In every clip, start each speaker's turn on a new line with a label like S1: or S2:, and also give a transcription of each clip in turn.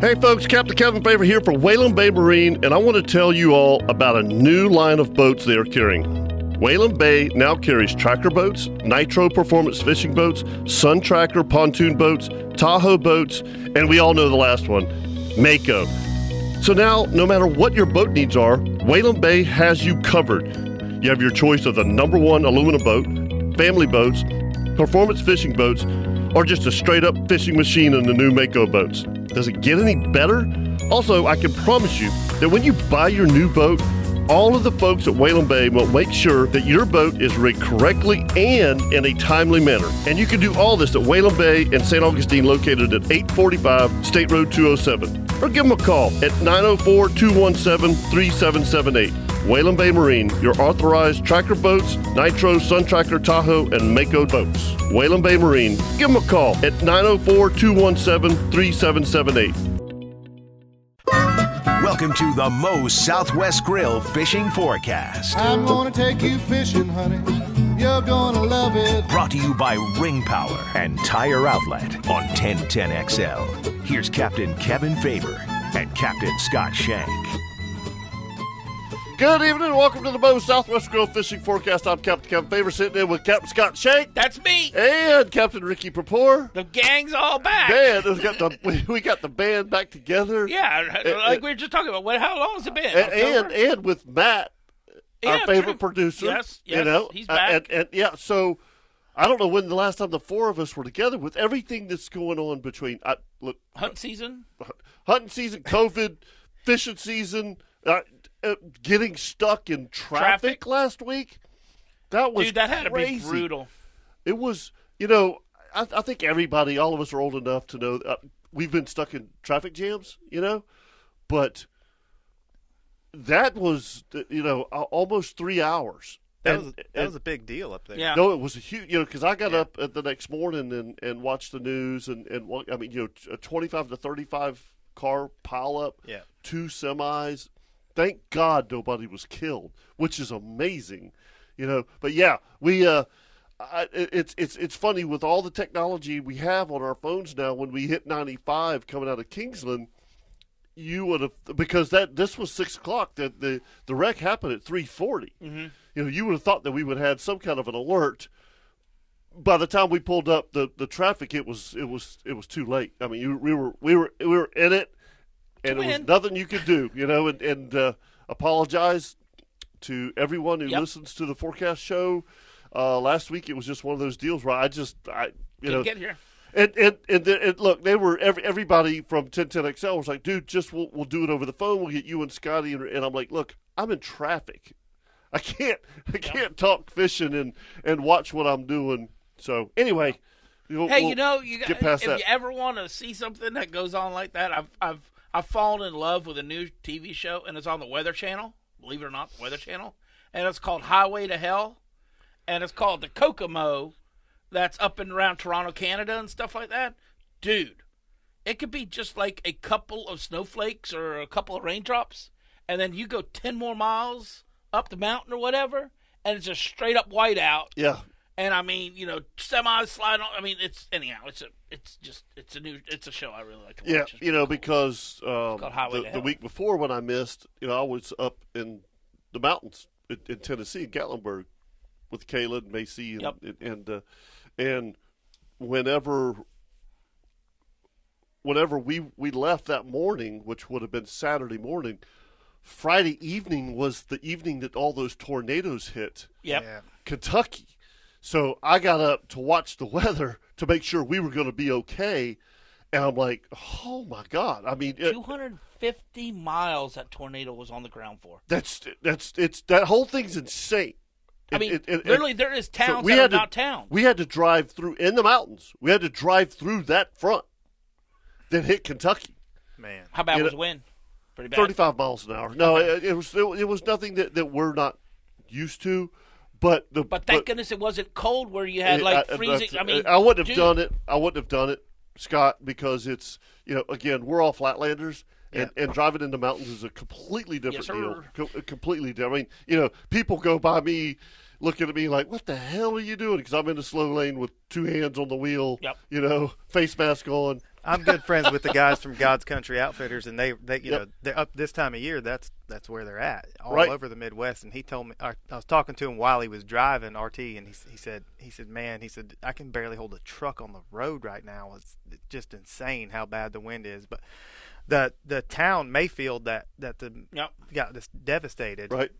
S1: Hey folks, Captain Kevin Favor here for Whalen Bay Marine, and I want to tell you all about a new line of boats they are carrying. Whalen Bay now carries tracker boats, nitro performance fishing boats, sun tracker pontoon boats, Tahoe boats, and we all know the last one, Mako. So now, no matter what your boat needs are, Whalen Bay has you covered. You have your choice of the number one aluminum boat, family boats, performance fishing boats, or just a straight up fishing machine in the new Mako boats. Does it get any better? Also, I can promise you that when you buy your new boat, all of the folks at Whalen Bay will make sure that your boat is rigged correctly and in a timely manner. And you can do all this at Whalen Bay in St. Augustine, located at 845 State Road 207. Or give them a call at 904 217 3778. Whalen Bay Marine, your authorized tracker boats, Nitro, Sun Tracker, Tahoe, and Mako boats. Whalen Bay Marine, give them a call at 904 217 3778.
S2: Welcome to the Moe's Southwest Grill Fishing Forecast.
S3: I'm gonna take you fishing, honey. You're gonna love it.
S2: Brought to you by Ring Power and Tire Outlet on 1010XL. Here's Captain Kevin Faber and Captain Scott Shank.
S1: Good evening, and welcome to the Moe's Southwest Grill Fishing Forecast. I'm Captain Kevin Favor, sitting in with Captain Scott Shank
S4: That's me.
S1: and Captain Ricky Prepore.
S4: The gang's all back.
S1: Band, we got the we- we got the band back together.
S4: Yeah,
S1: Uh,
S4: like
S1: uh,
S4: we were just talking about. What? How long has it been?
S1: A- and
S4: October?
S1: and, with Matt, our
S4: Yeah,
S1: favorite
S4: true.
S1: producer.
S4: Yes,
S1: you
S4: yes,
S1: know,
S4: he's
S1: Uh,
S4: back.
S1: and, and yeah, so I don't know when the last time the four of us were together. With everything that's going on between I, look,
S4: hunt season.
S1: hunting season, COVID, fishing season, uh, uh, getting stuck in traffic,
S4: Traffic.
S1: last week. That was
S4: Dude, that had to be
S1: crazy.
S4: brutal.
S1: It was, you know, I, I think everybody, all of us are old enough to know uh, we've been stuck in traffic jams, you know, but that was, uh, you know, a- almost three hours.
S5: That
S1: And-
S5: was that
S1: and-
S5: was a big deal up there.
S4: Yeah.
S1: no, it was a huge, you know, because I got up at the next morning and, and watched the news and, and wa- I mean, you know, t- a 25 to 35 car pileup,
S5: Yeah.
S1: two semis. Thank God nobody was killed, which is amazing, you know. But yeah, we, uh, I, it- it's it's it's funny with all the technology we have on our phones now. When we hit 95 coming out of Kingsland, you would have because that this was six o'clock that the the wreck happened at three Mm-hmm. You know, you would have thought that we would have had some kind of an alert. By the time we pulled up the, the traffic, it was it was it was too late. I mean, you, we were we were we were in it, and it
S4: Twin.
S1: was nothing you could do. You know, and and uh, apologize to everyone who
S4: Yep.
S1: listens to the forecast show. Uh, last week, it was just one of those deals where I just I you
S4: Didn't
S1: know
S4: get here.
S1: and and and, then- and look, they were every, everybody from 1010 XL was like, dude, just we'll, we'll do it over the phone. We'll get you and Scotty, and, and I'm like, look, I'm in traffic. I can't I can't talk fishing and and watch what I'm doing. So anyway, we'll-
S4: Hey,
S1: we'll
S4: you know, you got-
S1: get past
S4: if
S1: that.
S4: you ever want to see something that goes on like that, I've I've I've fallen in love with a new TV show, and it's on the Weather Channel. Believe it or not, the Weather Channel, and it's called Highway to Hell, and it's called the Kokomo. That's up and around Toronto, Canada, and stuff like that. Dude, it could be just like a couple of snowflakes or a couple of raindrops, and then you go ten more miles up the mountain or whatever, and it's just straight up whiteout.
S1: yeah,
S4: And I mean, you know, semi slide on. I mean, it's anyhow. It's a, it's just, it's a new, it's a show I really like to watch.
S1: yeah,
S4: It's
S1: you know,
S4: cool.
S1: because um,
S4: called Highway
S1: the,
S4: to
S1: the
S4: Hell.
S1: week before when I missed, you know, I was up in the mountains in, in Tennessee, in Gatlinburg, with Kayla and Macy, and
S4: Yep.
S1: and and, uh, and whenever whenever we we left that morning, which would have been Saturday morning, Friday evening was the evening that all those tornadoes hit
S4: yep.
S1: Kentucky. So I got up to watch the weather to make sure we were going to be okay. And I'm like, oh my God. I mean, it-
S4: 250 miles that tornado was on the ground for.
S1: that's, that's, it's, that whole thing's insane.
S4: I
S1: It-
S4: mean,
S1: it- it- it-
S4: literally, there is
S1: so
S4: towns that are not
S1: to,
S4: towns.
S1: We had to drive through in the mountains. We had to drive through that front that hit Kentucky.
S5: Man.
S4: How bad
S1: you
S4: was
S1: know-
S4: wind? Pretty bad.
S1: 35 miles an hour. No, it, it was, it, was nothing that, that we're not used to. But the,
S4: But thank goodness it wasn't cold where you had
S1: Yeah,
S4: like
S1: I- I-
S4: freezing.
S1: that's-
S4: I mean,
S1: I wouldn't have
S4: dude,
S1: done it. I wouldn't have done it, Scott, because it's you know again we're all flatlanders, and, and driving in the mountains is a completely different
S4: Yes,
S1: deal.
S4: sir.
S1: Co- uh, completely different. I mean, you know, people go by me looking at me like, "What the hell are you doing?" Because I'm in the slow lane with two hands on the wheel,
S4: Yep.
S1: you know, face mask on.
S5: I'm good friends with the guys from God's Country Outfitters, and they, they you
S1: Yep.
S5: know, they're up this time of year. That's that's where they're at, all
S1: Right.
S5: over the Midwest. And he told me, I, I was talking to him while he was driving RT, and he s- he said, he said, man, he said, I can barely hold a truck on the road right now. It's just insane how bad the wind is. But the the town Mayfield that that the
S4: Yep.
S5: got this devastated,
S1: Right.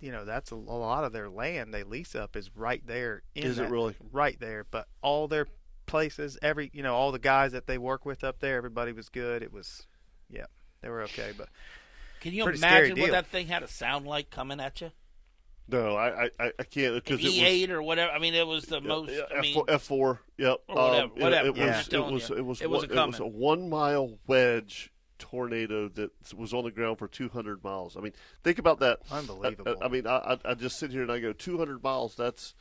S5: you know that's a, a lot of their land they lease up is right there in
S1: Is it
S5: that-
S1: really?
S5: right there but all their places every you know all the guys that they work with up there everybody was good it was yeah they were okay but
S4: Can you
S5: Pretty scary
S4: imagine what
S5: deal.
S4: that thing had to sound like coming at you?
S1: No, I I, I- I can't because it was
S4: E8 or whatever. I mean, it was the most. I mean,
S1: F four. Yep. Um,
S4: Or whatever,
S1: it-
S4: whatever.
S1: It,
S5: Yeah.
S1: was, it
S4: Telling
S1: was
S4: you.
S1: it was
S4: It was
S1: one-
S4: a
S1: a
S4: coming.
S1: one mile wedge tornado that was on the ground for 200 miles. I mean, think about that. I- I-
S5: Unbelievable.
S1: I, mean, I, I I just sit here and I go 200 miles. That's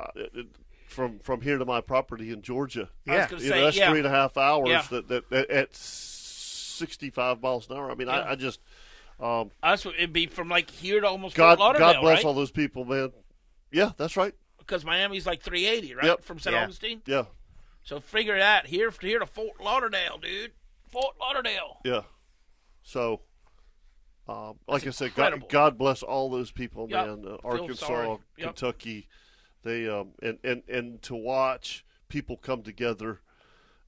S1: uh, it- it- from from here to my property in Georgia.
S4: I was
S5: yeah
S4: gonna
S1: You
S4: say,
S1: know, that's
S4: yeah.
S1: three and a half hours
S4: Yeah.
S1: that, that, that at 65 miles an hour. I mean, I, I just um,
S4: us it'd be from like here to almost
S1: God
S4: Fort Lauderdale,
S1: God bless
S4: right?
S1: all those people, man. Yeah, that's right.
S4: Because Miami's like 380, right?
S1: Yep.
S4: From St.
S5: Yeah.
S4: Augustine.
S1: Yeah,
S4: So figure it out. Here here to Fort Lauderdale, dude. Fort Lauderdale.
S1: Yeah. So, um, like I said, God,
S4: incredible.
S1: God bless all those people,
S4: Yep.
S1: man. Uh,
S4: Feel
S1: Arkansas,
S4: sorry. Yep.
S1: Kentucky, they um, and and and to watch people come together,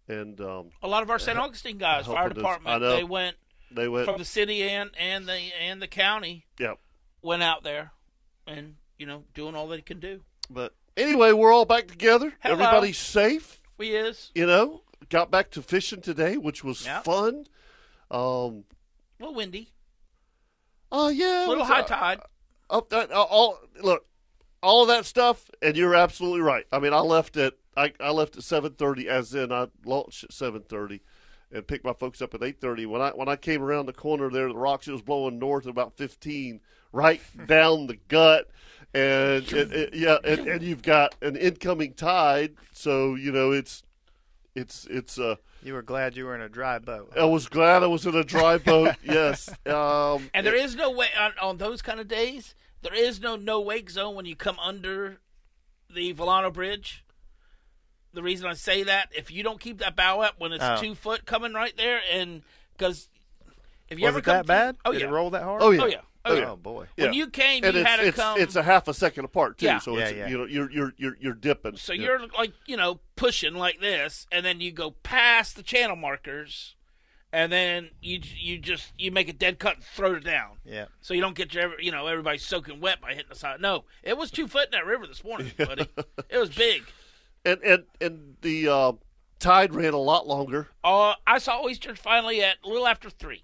S1: and um,
S4: A lot of our St. Augustine guys,
S1: help
S4: fire
S1: with this. I
S4: department,
S1: know.
S4: they went
S1: they went.
S4: from the city and and the and the county
S1: yeah.
S4: went out there and you know doing all they can do.
S1: But anyway, we're all back together.
S4: Hello.
S1: Everybody's safe.
S4: We is
S1: You know, got back to fishing today, which was
S4: Yep.
S1: fun. Um.
S4: a little windy,
S1: Oh yeah.
S4: a
S1: it
S4: little
S1: was,
S4: high
S1: uh,
S4: tide.
S1: up that uh, all look all of that stuff and you're absolutely right i mean i left at i, I left at 7.30 as in i launched at 7.30 and picked my folks up at 8.30 when i when i came around the corner there the rocks it was blowing north at about 15 right down the gut and, and, and- yeah and, and you've got an incoming tide so you know it's it's it's uh
S5: you were glad you were in a dry boat
S4: Oh,
S1: i was glad i was in a dry boat yes um
S4: And there is no way on, on those kind of days. There is no no wake zone when you come under the Volano Bridge. The reason I say that, if you don't keep that bow up when it's
S5: Oh.
S4: two foot coming right there, and because if you
S5: was
S4: ever
S5: it
S4: come
S5: that
S4: to-
S5: bad
S4: oh
S5: did
S4: yeah,
S5: it roll that hard
S1: oh yeah
S4: oh yeah, oh yeah.
S5: Oh, boy
S1: Yeah.
S4: When you came,
S1: and
S4: you
S1: it's,
S4: had to
S1: it's,
S4: come.
S1: it's a half a second apart too,
S4: Yeah.
S1: so it's,
S5: Yeah, yeah.
S1: you know you're you're you're you're dipping.
S4: So
S1: Yeah.
S4: you're like, you know, pushing like this, and then you go past the channel markers, and then you you just you make a dead cut and throw it down.
S5: yeah
S4: So you don't get your every- you know everybody soaking wet by hitting the side. No, it was two foot in that river this morning, buddy. it was big.
S1: and and and the uh, tide ran a lot longer.
S4: Uh, I saw oysters finally at a little after three,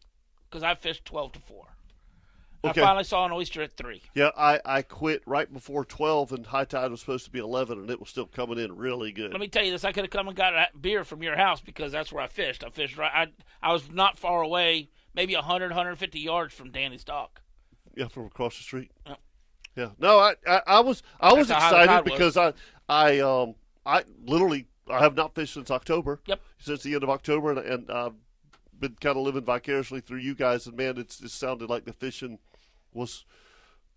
S4: because I fished twelve to four.
S1: Okay.
S4: I finally saw an oyster at three.
S1: Yeah, I I quit right before twelve, and high tide was supposed to be eleven, and it was still coming in really good.
S4: Let me tell you this: I could have come and got a beer from your house because that's where I fished. I fished right. I I was not far away, maybe 100, 150 yards from Danny's dock.
S1: yeah, from across the street.
S4: Yeah.
S1: Yeah, no, I I, I was I was
S4: That's how
S1: excited
S4: high the tide was.
S1: because I I um I literally I have not fished since October.
S4: Yep.
S1: since the end of October, and, and I've been kind of living vicariously through you guys. And man, it's it sounded like the fishing was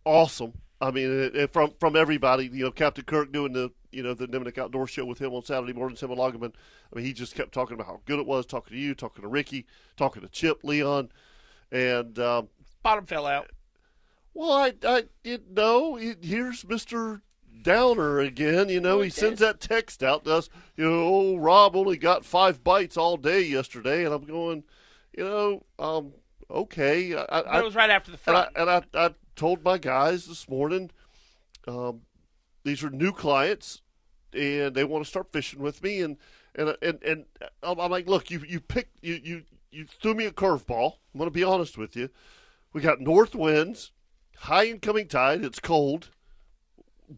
S1: awesome. I mean, it, it- from from everybody, you know, Captain Kirk doing the you know the Nimnik Outdoor Show with him on Saturday mornings, him and Loggeman. I mean, he just kept talking about how good it was, talking to you, talking to Ricky, talking to Chip, Leon, and um,
S4: Bottom fell out.
S1: well, I I it, no, it, here's Mister. Downer again, you know, he sends that text out to us. You know, oh, Rob only got five bites all day yesterday, and I'm going, you know, um, okay. I, I,
S4: But it was right after the
S1: and I
S4: front.
S1: and I, I told my guys this morning, um, these are new clients, and they want to start fishing with me, and and and and I'm, I'm like, look, you you picked you you you threw me a curveball. I'm going to be honest with you. We got north winds, high incoming tide. It's cold,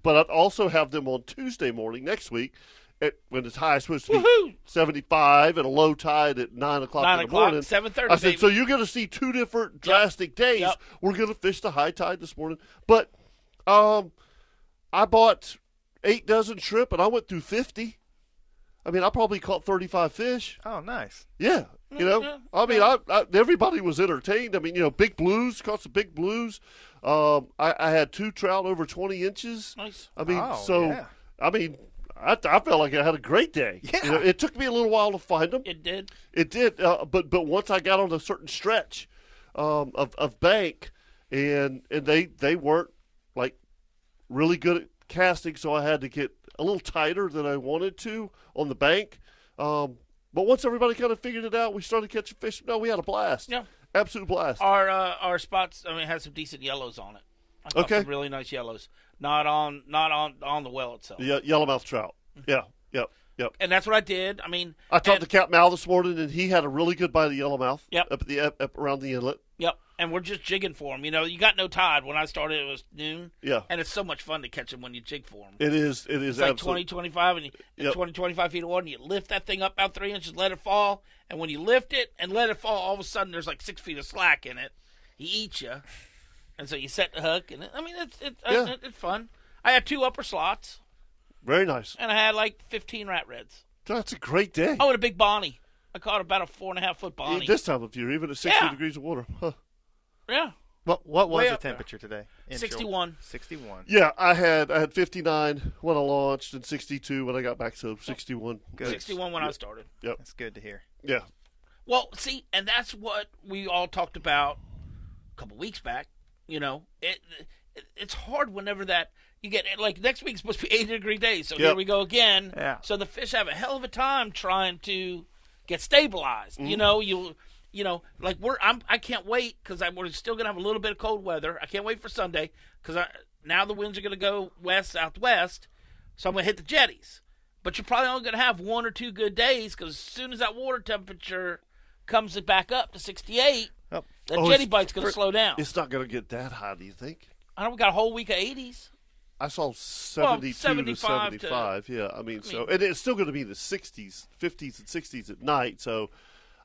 S1: but I also have them on Tuesday morning next week. At, when it's high, it's supposed to be
S4: Woohoo!
S1: 75 and a low tide at 9 o'clock
S4: Nine
S1: in the
S4: o'clock,
S1: morning.
S4: 7:30,
S1: I said,
S4: baby.
S1: so you're going to see two different drastic days.
S4: Yep.
S1: We're going to fish the high tide this morning. But um, I bought eight dozen shrimp and I went through 50. I mean, I probably caught 35 fish.
S5: oh nice
S1: Yeah. You know,
S4: Mm-hmm. yeah,
S1: I mean, I, I, everybody was entertained. I mean, you know, big blues, caught some big blues. Um, I, I had two trout over 20 inches.
S4: Nice.
S1: I mean,
S5: Oh,
S1: so
S5: yeah.
S1: I mean, I, I felt like I had a great day.
S5: Yeah.
S1: You know, it took me a little while to find them.
S4: It did.
S1: It did, uh, but but once I got on a certain stretch um, of of bank, and and they they weren't like really good at casting, so I had to get a little tighter than I wanted to on the bank. Um, but once everybody kind of figured it out, we started catching fish. No, we had a blast.
S4: Yeah.
S1: absolute blast.
S4: Our uh, our spots. I mean, it has some decent yellows on it. I caught
S1: Okay.
S4: some really nice yellows. Not on not on on the well itself.
S1: Ye- yellowmouth trout. Yeah, yep, yep.
S4: And that's what I did. I mean,
S1: I talked
S4: Mm-hmm. and-
S1: to Cap Mal this morning, and he had a really good bite of yellowmouth.
S4: Yep.
S1: up at the up, up around the inlet.
S4: Yep. And we're just jigging for them. You know, you got no tide. When I started, it was noon.
S1: Yeah.
S4: And it's so much fun to catch them when you jig for them.
S1: It is. It is
S4: It's like
S1: absolute-
S4: 20, 25, and you,
S1: Yep.
S4: 20, 25 feet of water, and you lift that thing up about three inches, let it fall. And when you lift it and let it fall, all of a sudden there's like six feet of slack in it. He eats you. And so you set the hook, and it, I mean, it's, it's
S1: Yeah.
S4: it, it's fun. I had two upper slots,
S1: very nice.
S4: and I had like 15 rat reds.
S1: That's a great day.
S4: Oh, and a big Bonnie. I caught about a four and a half foot
S1: Yeah,
S4: Bonnie.
S1: This time of year, even at 60
S4: Yeah.
S1: degrees of water. Huh.
S4: yeah.
S5: What what
S4: Way
S5: was the
S4: up there.
S5: temperature today? in Georgia?
S4: 61.
S5: 61.
S1: Yeah, I had I had 59 when I launched and 62 when I got back, so 61.
S5: Good.
S4: 61 when I started.
S5: That's good to hear.
S1: Yeah.
S4: Well, see, and that's what we all talked about a couple weeks back. You know, it, it it's hard whenever that you get like next week's supposed to be 80 degree days, so here
S1: Yep.
S4: we go again.
S5: Yeah.
S4: So the fish have a hell of a time trying to get stabilized.
S5: Mm-hmm.
S4: You know, you you know, like we're I'm I can't wait because we're still gonna have a little bit of cold weather. I can't wait for Sunday because I now the winds are gonna go west southwest, so I'm gonna hit the jetties. But you're probably only gonna have one or two good days because as soon as that water temperature comes back up to 68,
S5: Yep.
S4: that
S1: Oh,
S4: jetty
S1: it's
S4: bite's gonna
S1: fr-
S4: slow down.
S1: It's not going to get that high, do you think?
S4: I don't we got a whole week of 80s.
S1: I saw 72 to
S4: 75 to-
S1: 75. yeah, I mean, so and it's still going to be in the 60s, 50s and 60s at night. So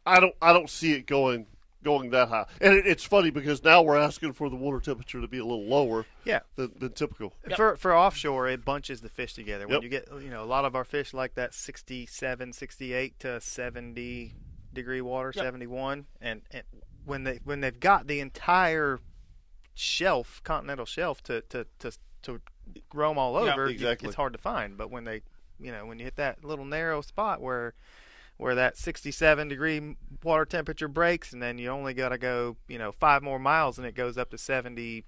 S1: I don't I don't see it going going that high. And it, it's funny because now we're asking for the water temperature to be a little lower
S5: Yeah.
S1: than, than typical.
S5: For for offshore, it bunches the fish together. When
S1: Yep.
S5: you get you know a lot of our fish like that 67, 68 to seventy degree water, seventy one, and, and when they when they've got the entire shelf, continental shelf to to to, to roam all over, you-
S1: exactly.
S5: it's hard to find. But when they you know when you hit that little narrow spot where where that 67 degree water temperature breaks and then you only got to go you know five more miles and it goes up to 70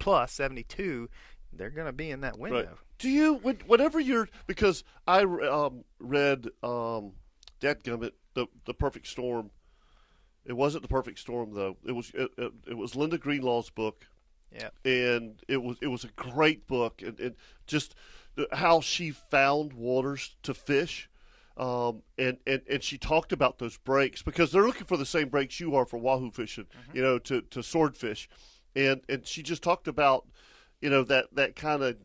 S5: plus 72 they're going to be in that window
S1: Right. Do you, when, whenever you're, because I um, read um, Dadgummit, the the Perfect Storm. It wasn't the Perfect Storm though. It was it, it, it was Linda Greenlaw's book,
S5: yeah
S1: and it was it was a great book, and, and just the, how she found waters to fish. Um, and, and, and she talked about those breaks because they're looking for the same breaks you are for wahoo fishing, you know, to, to swordfish. And, and she just talked about, you know, that, that kind of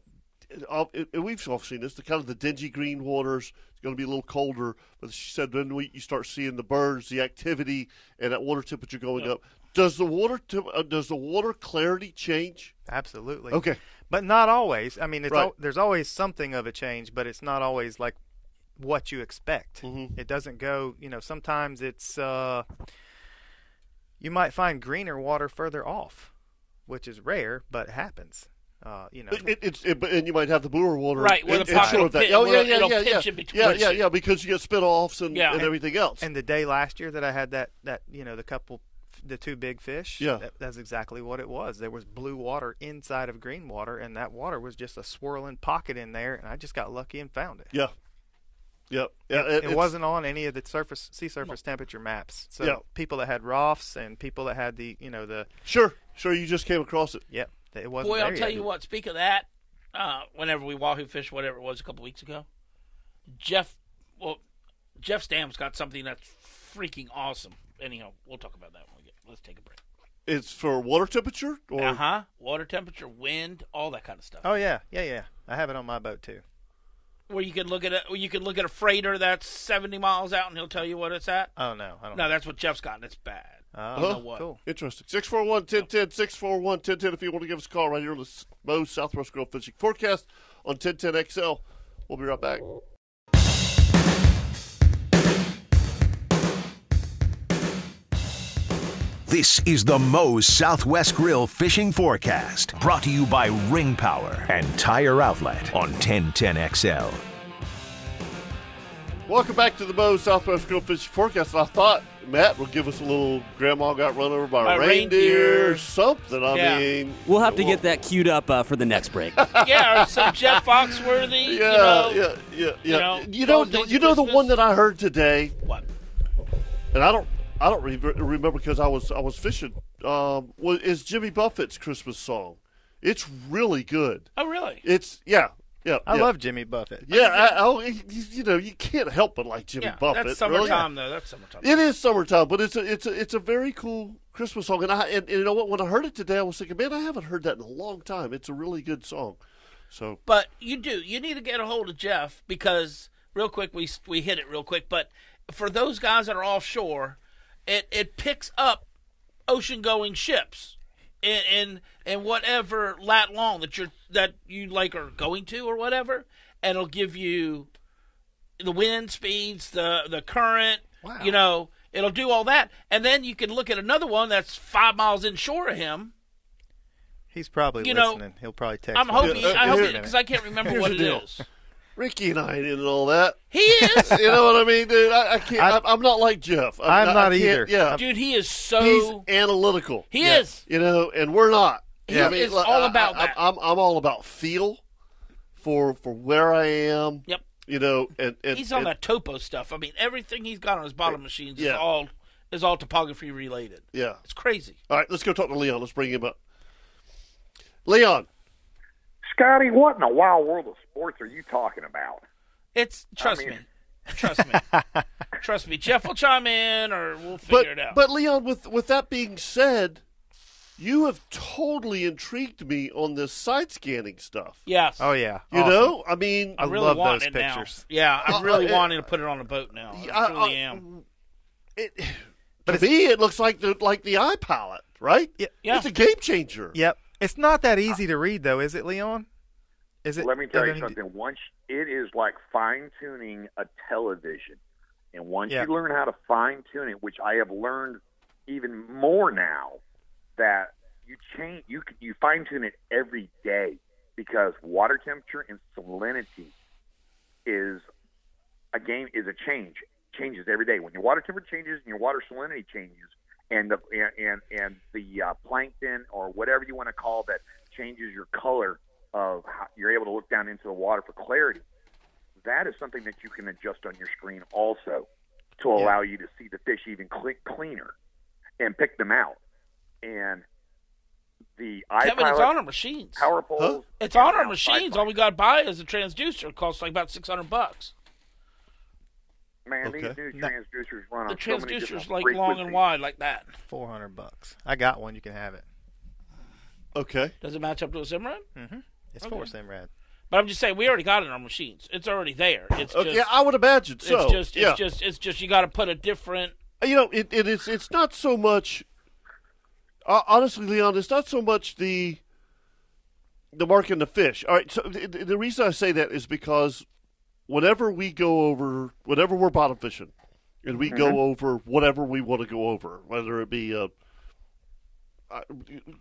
S1: and ob- and- and we've all seen this, the kind of the dingy green waters. It's going to be a little colder, but she said then we, you start seeing the birds, the activity, and that water temperature going up. Does the water temp- uh, does the water clarity change?
S5: absolutely
S1: Okay.
S5: but not always i mean it's
S1: Right.
S5: al- there's always something of a change but it's not always like what you expect
S1: Mm-hmm.
S5: it doesn't go you know sometimes it's uh you might find greener water further off which is rare but it happens uh, you know
S1: It, it, it's it, but- and you might have the bluer water,
S4: Right, where
S1: and-
S4: the
S1: and
S4: pocket
S1: sure
S4: will
S1: of that.
S4: fit-
S1: Oh
S4: where
S1: yeah, yeah,
S4: it'll
S1: yeah,
S4: pinch
S1: yeah,
S4: in between.
S1: yeah, yeah, yeah, because you get spit offs and,
S4: Yeah.
S1: and everything else.
S5: and the day last year that I had that that you know the couple the two big fish
S1: Yeah.
S5: that, that's exactly what it was there was blue water inside of green water and that water was just a swirling pocket in there and I just got lucky and found it
S1: yeah, yep, yeah.
S5: it,
S1: it's-
S5: wasn't on any of the surface sea surface temperature maps so
S1: Yeah.
S5: people that had rofs and people that had the you know the
S1: sure, sure. You just came across it.
S5: yep it wasn't
S4: Boy,
S5: there
S4: I'll tell
S5: yet.
S4: you what. Speak of that, uh, whenever we wahoo fished, whatever it was a couple weeks ago, Jeff, well, Jeff Stam's got something that's freaking awesome. Anyhow, we'll talk about that when we get. Let's take a break.
S1: It's for water temperature, or
S4: Uh huh. Water temperature, wind, all that kind of stuff.
S5: oh yeah yeah yeah I have it on my boat too
S4: Where you could look at a, where you could look at a freighter that's seventy miles out, and he'll tell you what it's at.
S5: oh no I don't
S4: No, that's what Jeff's got, and it's bad.
S5: oh,
S4: you know what?
S5: cool
S1: Interesting. 641 1010, 641 1010. If you want to give us a call right here on the S- Moe's Southwest Grill Fishing Forecast on 1010 XL, we'll be right back.
S2: This is the Moe's Southwest Grill Fishing Forecast, brought to you by Ring Power and Tire Outlet on 1010XL.
S1: Welcome back to the Bo Southwest Grill Fishing Forecast. I thought Matt would give us a little grandma got run over by,
S4: By
S1: a reindeer,
S4: reindeer.
S1: or something. I
S4: Yeah.
S1: mean,
S6: We'll have to get that queued up uh, for the next break.
S4: yeah, or some Jeff Foxworthy. you
S1: Yeah,
S4: know.
S1: yeah, yeah, yeah.
S4: know,
S1: You know,
S4: those days
S1: you know the
S4: Christmas.
S1: one that I heard today,
S4: What?
S1: and I don't, I don't re- remember because I was, I was fishing. Um, was is Jimmy Buffett's Christmas song? It's really good.
S4: Oh, really?
S1: It's yeah, yeah.
S5: I
S1: yeah.
S5: love Jimmy Buffett.
S1: Yeah, I, I, oh, you- you know, you can't help but like Jimmy
S4: Yeah,
S1: Buffett.
S4: that's
S1: really.
S4: summertime though. That's summertime.
S1: It is summertime, but it's a it's a it's a very cool Christmas song, and I and, and you know what? When I heard it today, I was thinking, man, I haven't heard that in a long time. It's a really good song. So
S4: But you do. You need to get a hold of Jeff because real quick we we hit it real quick. But for those guys that are offshore, it it picks up ocean going ships in in in whatever lat long that you're that you like are going to or whatever, and it'll give you the wind speeds, the the current. You know, it'll do all that, and then you can look at another one that's five miles inshore of him.
S5: He's probably
S4: You know,
S5: listening. He'll probably text.
S4: I'm
S5: me.
S4: hoping,
S1: Yeah, uh,
S4: I hope,
S1: here-
S4: because I can't remember
S1: here's
S4: what
S1: the
S4: it
S1: deal.
S4: is.
S1: Ricky and I ain't into all that.
S4: He is.
S1: You know what I mean, dude? I, I can't.
S5: I-
S1: I'm, I'm not like Jeff. I'm,
S5: I'm not
S1: I can't-
S5: either.
S1: Yeah,
S4: Dude, he is so
S1: he's analytical.
S4: he
S1: Yeah.
S4: is.
S1: You know, and we're not.
S4: He
S1: Yeah,
S4: is all about
S1: I,
S4: that.
S1: I, am I'm all about feel for for where I am.
S4: Yep.
S1: You know, and, and
S4: He's on
S1: and-
S4: that topo stuff. I mean, everything he's got on his bottom machines
S1: Yeah.
S4: is all is all topography related.
S1: Yeah.
S4: It's crazy.
S1: All right, let's go talk to Leon. Let's bring him up. Leon,
S7: Scotty, what in the wild world of sports are you talking about?
S4: It's trust me. Trust me. trust me. Jeff will chime in or we'll figure
S1: but
S4: it out.
S1: but Leon, with with that being said, you have totally intrigued me on this side scanning stuff.
S4: yes.
S5: Oh yeah.
S1: You
S5: Awesome.
S1: know, I mean,
S5: I
S4: I really
S5: love
S4: want
S5: those
S4: it
S5: pictures.
S4: now. Yeah,
S1: Uh,
S4: I'm really
S1: uh,
S4: wanting to put it on a boat now. I,
S1: I-
S4: truly
S1: I-
S4: am.
S1: it, to me, it looks like the like the iPilot, right?
S5: Yeah.
S4: Yeah.
S1: It's a game changer.
S5: Yep. It's not that easy to read though, is it, Leon? Is it?
S7: Let me tell
S5: I
S7: you
S5: mean,
S7: something. Once it is like fine tuning a television, and once
S5: Yeah.
S7: you learn how to fine tune it, which I have learned even more now, that you change you c- you fine tune it every day because water temperature and salinity is a game is a change changes every day when your water temperature changes and your water salinity changes and the and and, and the uh, plankton or whatever you want to call that changes your color of how you're able to look down into the water for clarity that is something that you can adjust on your screen also to allow you to see the fish even cle cleaner and pick them out and the
S4: Kevin, it's on
S7: iPilot
S4: our machines.
S7: power poles
S4: It's on
S7: and
S4: our
S7: now
S4: machines.
S7: SciFi.
S4: All we got to buy is a transducer. It costs like about 600 bucks.
S7: man these
S1: Okay.
S7: new transducers run on
S4: The
S7: so many different
S4: transducer's like long and
S7: frequencies.
S4: wide like that.
S5: Four hundred bucks. I got one. You can have it.
S1: Okay.
S4: Does it match up to a Simran?
S5: It's for Simrad.
S4: But I'm just saying, we already got it in our machines. It's already there. It's
S1: Okay.
S4: just,
S1: yeah, I would imagine
S4: it's
S1: so.
S4: just, it's
S1: yeah.
S4: just, it's just. You got to put a different.
S1: you know, it, it is. It's not so much. Uh, honestly, Leon, it's not so much the the mark and the fish. All right. So the, the the reason I say that is because whenever we go over, whenever we're bottom fishing, and we
S4: Mm-hmm.
S1: go over whatever we want to go over, whether it be a, uh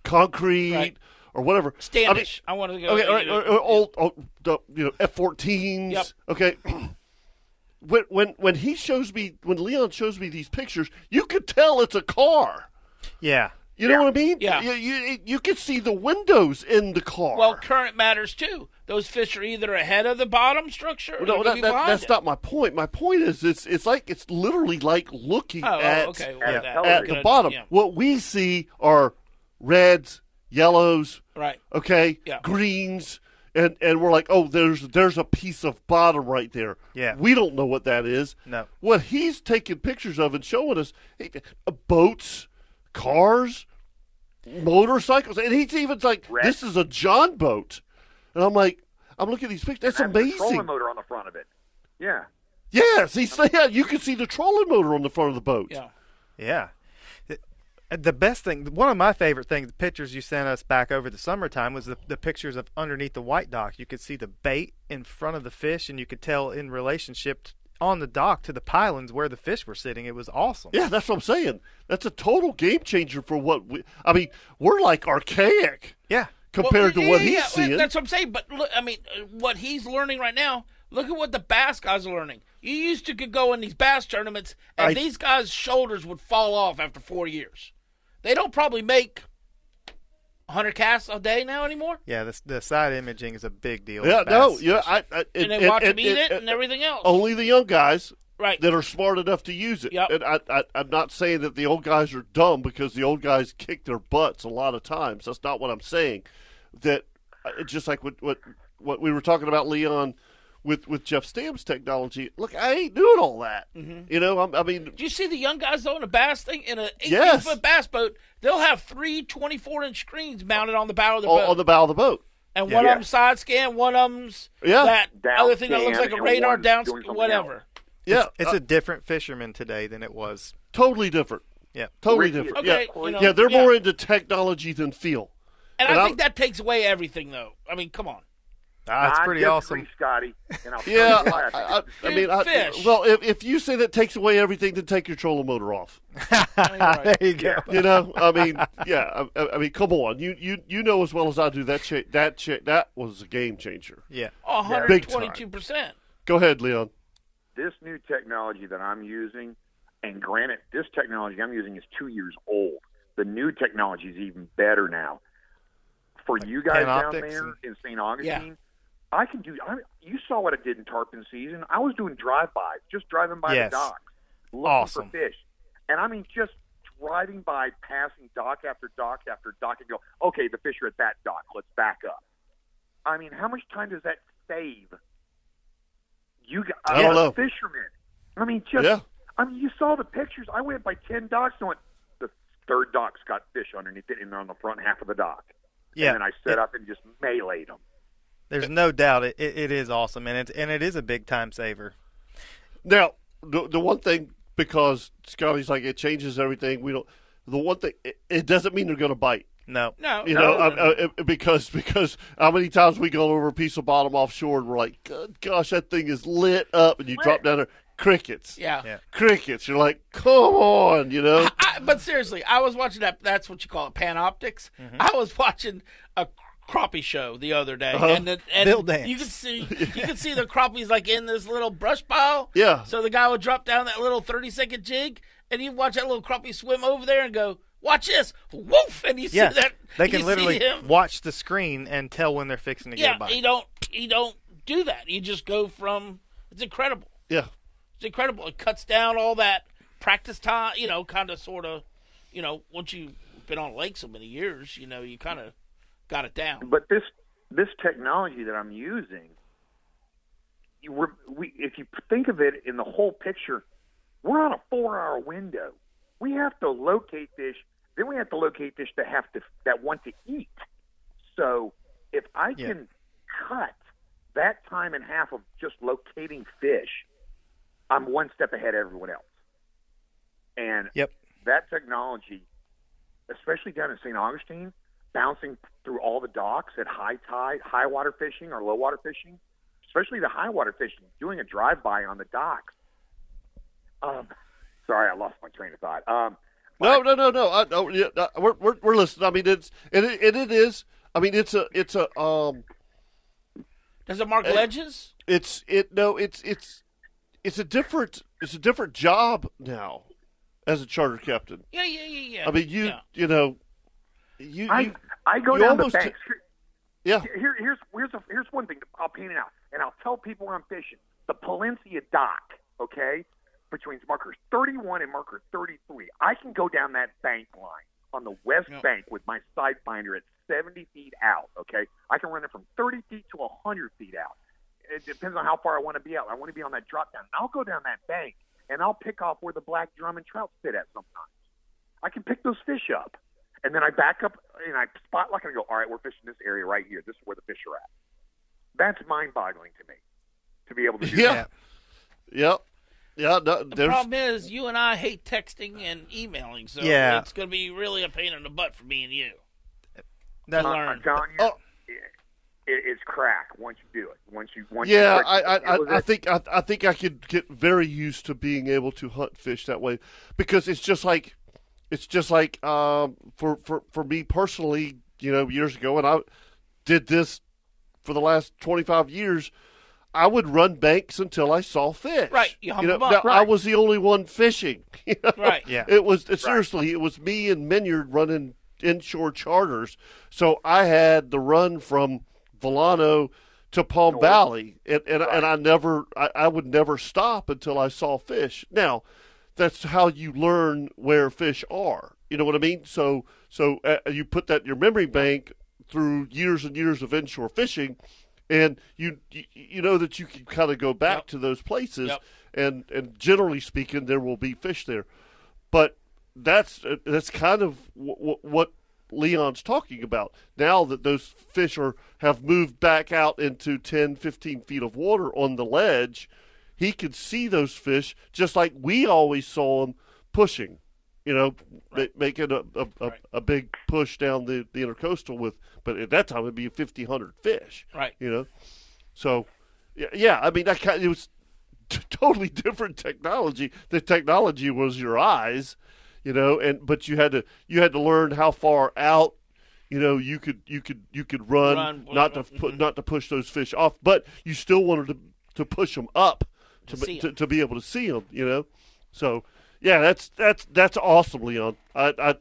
S1: concrete
S4: Right.
S1: or whatever. I mean,
S4: Standish. I, want to go.
S1: Okay, all right, or, or old, old, the, you know, F 14s.
S4: Yep.
S1: Okay. When, when when he shows me when Leon shows me these pictures, you could tell it's a car.
S5: Yeah.
S1: You know what I mean?
S4: Yeah.
S1: You you, you could see the windows in the car.
S4: well, current matters too. Those fish are either ahead of the bottom structure. Or
S1: no,
S4: they could
S1: that,
S4: be
S1: that,
S4: behind
S1: that's
S4: it.
S1: not my point. My point is it's it's like it's literally like looking
S4: Oh, oh,
S1: at
S4: okay. Well, that-
S7: at the
S1: at
S7: Totally.
S1: the
S4: good,
S1: bottom.
S4: yeah.
S1: What we see are reds, yellows,
S4: Right.
S1: okay,
S4: Yeah.
S1: greens, and and we're like, oh, there's there's a piece of bottom right there.
S5: Yeah.
S1: we don't know what that is.
S5: No.
S1: what he's taking pictures of and showing us hey, uh, boats, cars, motorcycles, and he's even like,
S7: Wreck.
S1: this is a John boat, and I'm like. I'm looking at these pictures. That's
S7: That's a trolling
S1: amazing.
S7: motor on the front of it. Yeah.
S1: Yes, he's yeah. You can see the trolling motor on the front of the boat.
S4: Yeah.
S5: Yeah. Th- The best thing, one of my favorite things, the pictures you sent us back over the summertime was the, the pictures of underneath the white dock. You could see the bait in front of the fish, and you could tell in relationship t- on the dock to the pylons where the fish were sitting. It was awesome.
S1: Yeah, that's what I'm saying. That's a total game changer for what we. I mean, we're like archaic
S5: Yeah.
S1: compared
S4: Well,
S1: to what
S4: yeah,
S1: he's
S4: yeah, yeah,
S1: seeing.
S4: That's what I'm saying. But look, I mean, uh, what he's learning right now, Look at what the bass guys are learning. You used to could go in these bass tournaments, and
S1: I-
S4: these guys' shoulders would fall off after four years. They don't probably make 100 casts a day now anymore,
S5: Yeah, the, the side imaging is a big deal.
S1: Yeah,
S5: with
S1: no,
S5: bass.
S1: yeah, I, I,
S4: and they watch them eat it, and everything else.
S1: Only the young guys
S4: right.
S1: that are smart enough to use it.
S4: Yep.
S1: And I, I, I'm not saying that the old guys are dumb because the old guys kick their butts a lot of times. That's not what I'm saying. That uh, it's just like what what what we were talking about, Leon, with with Jeff Stam's technology. Look, I ain't doing all that.
S4: Mm-hmm.
S1: You know, I'm, I mean,
S4: Do you see the young guys though in a bass thing in a 18
S1: Yes.
S4: foot bass boat? They'll have three 24 inch screens mounted on the bow of the
S1: on,
S4: boat,
S1: on the bow of the boat.
S4: and one
S7: Yeah.
S4: of them side scan, one of them's
S1: Yeah.
S4: that
S7: Down
S4: other thing that looks
S7: scan
S4: like a
S7: and
S4: radar
S7: one's
S4: down,
S7: doing something
S4: whatever.
S7: else.
S1: Yeah,
S5: it's
S1: uh,
S5: a different fisherman today than it was.
S1: totally different.
S5: Yeah,
S1: Totally
S7: Ricky,
S1: different.
S4: Okay,
S1: yeah,
S4: you know,
S1: yeah, they're
S4: yeah.
S1: more into technology than feel.
S4: And,
S1: And
S4: I
S1: I'm-
S4: think that takes away everything though. I mean, come on.
S5: ah, it's
S7: I
S5: pretty
S7: disagree,
S5: awesome.
S7: Scotty. And I'll tell
S1: Yeah,
S7: you why I think
S1: I, I, I
S4: Dude,
S1: mean, I,
S4: fish.
S1: well, if, if you say that takes away everything, then take your trolling motor off.
S5: there you go.
S1: You know, I mean, yeah, I, I- I mean, come on, you you you know as well as I do that cha- that cha- that was a game changer.
S5: Yeah.
S4: Oh,
S1: Big
S4: 122%.
S1: Go ahead, Leon.
S7: this new technology that I'm using, and granted, this technology I'm using is two years old. The new technology is even better now. For you guys down
S5: panoptics
S7: there
S5: and-
S7: in St. Augustine, I can do. I, you saw what I did in tarpon season. I was doing drive-bys, just driving by
S5: Yes.
S7: the docks, looking
S5: Awesome.
S7: for fish, and I mean just driving by, passing dock after dock after dock, and go, okay, the fish are at that dock. Let's back up. I mean, how much time does that save? You got
S1: I don't
S7: a
S1: know.
S7: fisherman. I mean, just
S1: Yeah.
S7: I mean, you saw the pictures. I went by ten docks and went. The third dock's got fish underneath it, and they're on the front half of the dock.
S5: Yeah.
S7: And then I set up and just meleeed them.
S5: There's no doubt it, it, it is awesome, and it's and it is a big time saver.
S1: Now, the the one thing because Scotty's like it changes everything. We don't. The one thing it, it doesn't mean they're going to bite.
S5: No,
S4: No.
S1: You
S4: no,
S1: know,
S4: no,
S1: I,
S4: no.
S1: I, it- because because how many times we go over a piece of bottom offshore and we're like, good gosh, that thing is lit up, and you drop down there, crickets,
S4: yeah.
S5: Yeah.
S1: crickets. You're like, come on, you know.
S4: I, but seriously, I was watching that. That's what you call it, panoptics.
S5: Mm-hmm.
S4: I was watching a crappie show the other day, and, the, and
S5: Bill Uh-huh. Dance.
S4: you could see you could see the crappies like in this little brush pile.
S1: Yeah.
S4: So the guy would drop down that little thirty second jig, and you watch that little crappie swim over there and go, "Watch this!" Woof, and you
S5: yeah,
S4: see that
S5: they can
S4: you
S5: literally
S4: see him.
S5: watch the screen and tell when they're fixing to get
S4: Yeah,
S5: a bite.
S4: he don't he don't do that. You just go from it's incredible.
S1: Yeah.
S4: It's incredible. It cuts down all that practice time, you know, kind of sort of, you know, once you've been on lake so many years, you know, you kind of got it down.
S7: But this this technology that I'm using, you, we're, we if you think of it in the whole picture, we're on a four hour window. We have to locate fish, then we have to locate fish that have to that want to eat. So if I
S5: Yeah.
S7: can cut that time in half of just locating fish, I'm one step ahead of everyone else. And
S5: Yep.
S7: that technology, especially down in St. Augustine, bouncing through all the docks at high tide, high water fishing or low water fishing, especially the high water fishing, doing a drive by on the docks. Um, sorry, I lost my train of thought. Um,
S1: No, no, no, no. I, no yeah, uh, we're, we're we're listening. I mean, it's and it, and it is. I mean, it's a it's a um,
S4: Does it mark ledges?
S1: it's it no, it's it's it's a different it's a different job now as a charter captain.
S4: Yeah, yeah, yeah, yeah.
S1: I mean, you
S4: Yeah.
S1: you know, you,
S7: I
S1: you-
S7: I go
S1: you
S7: down the
S1: almost-
S7: banks. Here-
S1: yeah,
S7: Here, here's here's a, here's one thing that I'll paint it out, and I'll tell people I'm fishing the Palencia dock. Okay, between markers 31 and marker 33, I can go down that bank line on the west
S4: Yeah.
S7: bank with my side finder at 70 feet out. Okay, I can run it from 30 feet to 100 feet out. It depends on how far I want to be out. I want to be on that drop down. I'll go down that bank and I'll pick off where the black drum and trout sit at sometimes. I can pick those fish up. And then I back up and I spot lock and I go, all right, we're fishing this area right here. This is where the fish are at. That's mind boggling to me to be able to do
S1: yeah,
S7: that.
S1: yeah, yeah. no,
S4: the
S1: there's
S4: problem is, you and I hate texting and emailing, so
S5: Yeah.
S4: it's going to be really a pain in the butt for me and you.
S5: That's-
S4: Learn.
S7: I'm telling Uh, you,
S1: Oh.
S7: it, it, it's crack once you do it. Once you, once
S1: yeah.
S7: you
S1: I I,
S7: it was
S1: I, I
S7: a-
S1: think I, I think I could get very used to being able to hunt fish that way because it's just like it's just like um, for for for me personally, you know, years ago, and I did this for the last 25 years I would run banks until I saw fish.
S4: Right, you hump
S1: know,
S4: them up.
S1: now, I
S4: Right.
S1: was the only one fishing. you know?
S4: Right.
S5: Oh, Yeah.
S1: It was seriously, it was me and Minyard running inshore charters. So I had the run from Volano to Palm Valley, and and, and I never, I, I would never stop until I saw fish. Now, that's how you learn where fish are. You know what I mean? So so uh, you put that in your memory bank through years and years of inshore fishing, and you you, you know that you can kind of go back
S4: Yep.
S1: to those places,
S4: Yep.
S1: and and generally speaking, there will be fish there but that's uh, that's kind of w- w- what Leon's talking about. Now that those fish are have moved back out into 10, 15 feet of water on the ledge, he could see those fish just like we always saw them pushing. You know, ma- making a a, a, a big push down the, the intercoastal with, but at that time it'd be 50, 100 fish.
S4: Right.
S1: You know, so y- yeah, I mean, I kind it was t- totally different technology. The technology was your eyes, you know, and but you had to you had to learn how far out, you know, you could you could you could run,
S4: Run, Mm-hmm.
S1: not to put not to push those fish off, but you still wanted to to push them up to
S4: see
S1: be- to,
S4: 'em.
S1: to be able to see them, you know. So yeah, that's that's that's awesome, Leon. I I.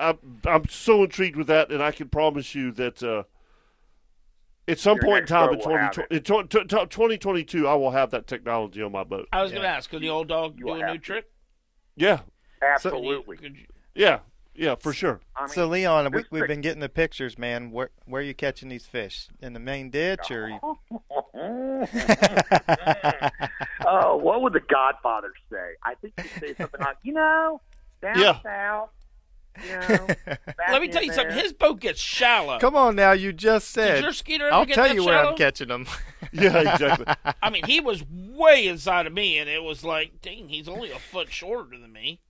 S1: I'm, I'm so intrigued with that, and I can promise you that uh, at some
S7: Your
S1: point in
S7: next
S1: time
S7: boat
S1: in
S7: will have
S1: 2020 in 20 t- t- 2022, I will have that technology on my boat.
S4: I was going to ask, could the old dog
S7: You
S4: do a
S7: have
S4: new
S7: to.
S4: trick?
S1: Yeah,
S4: Could you-
S7: Absolutely.
S4: could you-
S1: yeah, yeah, for sure.
S7: I mean,
S5: so Leon, we,
S7: this
S5: we've
S7: thing-
S5: been getting the pictures, man. Where where are you catching these fish in the main ditch or? you-
S7: Mm-hmm. oh, what would the Godfather say? I think he'd say something like, you know, down
S1: Yeah.
S7: south. You know,
S4: Let me tell you something. His boat gets shallow.
S5: Come on now, you just said.
S4: your skeeter ever
S5: I'll
S4: get
S5: tell
S4: that
S5: you where
S4: shallow?
S5: I'm catching them.
S1: Yeah, exactly.
S4: I mean, he was way inside of me, and it was like, dang, he's only a foot shorter than me.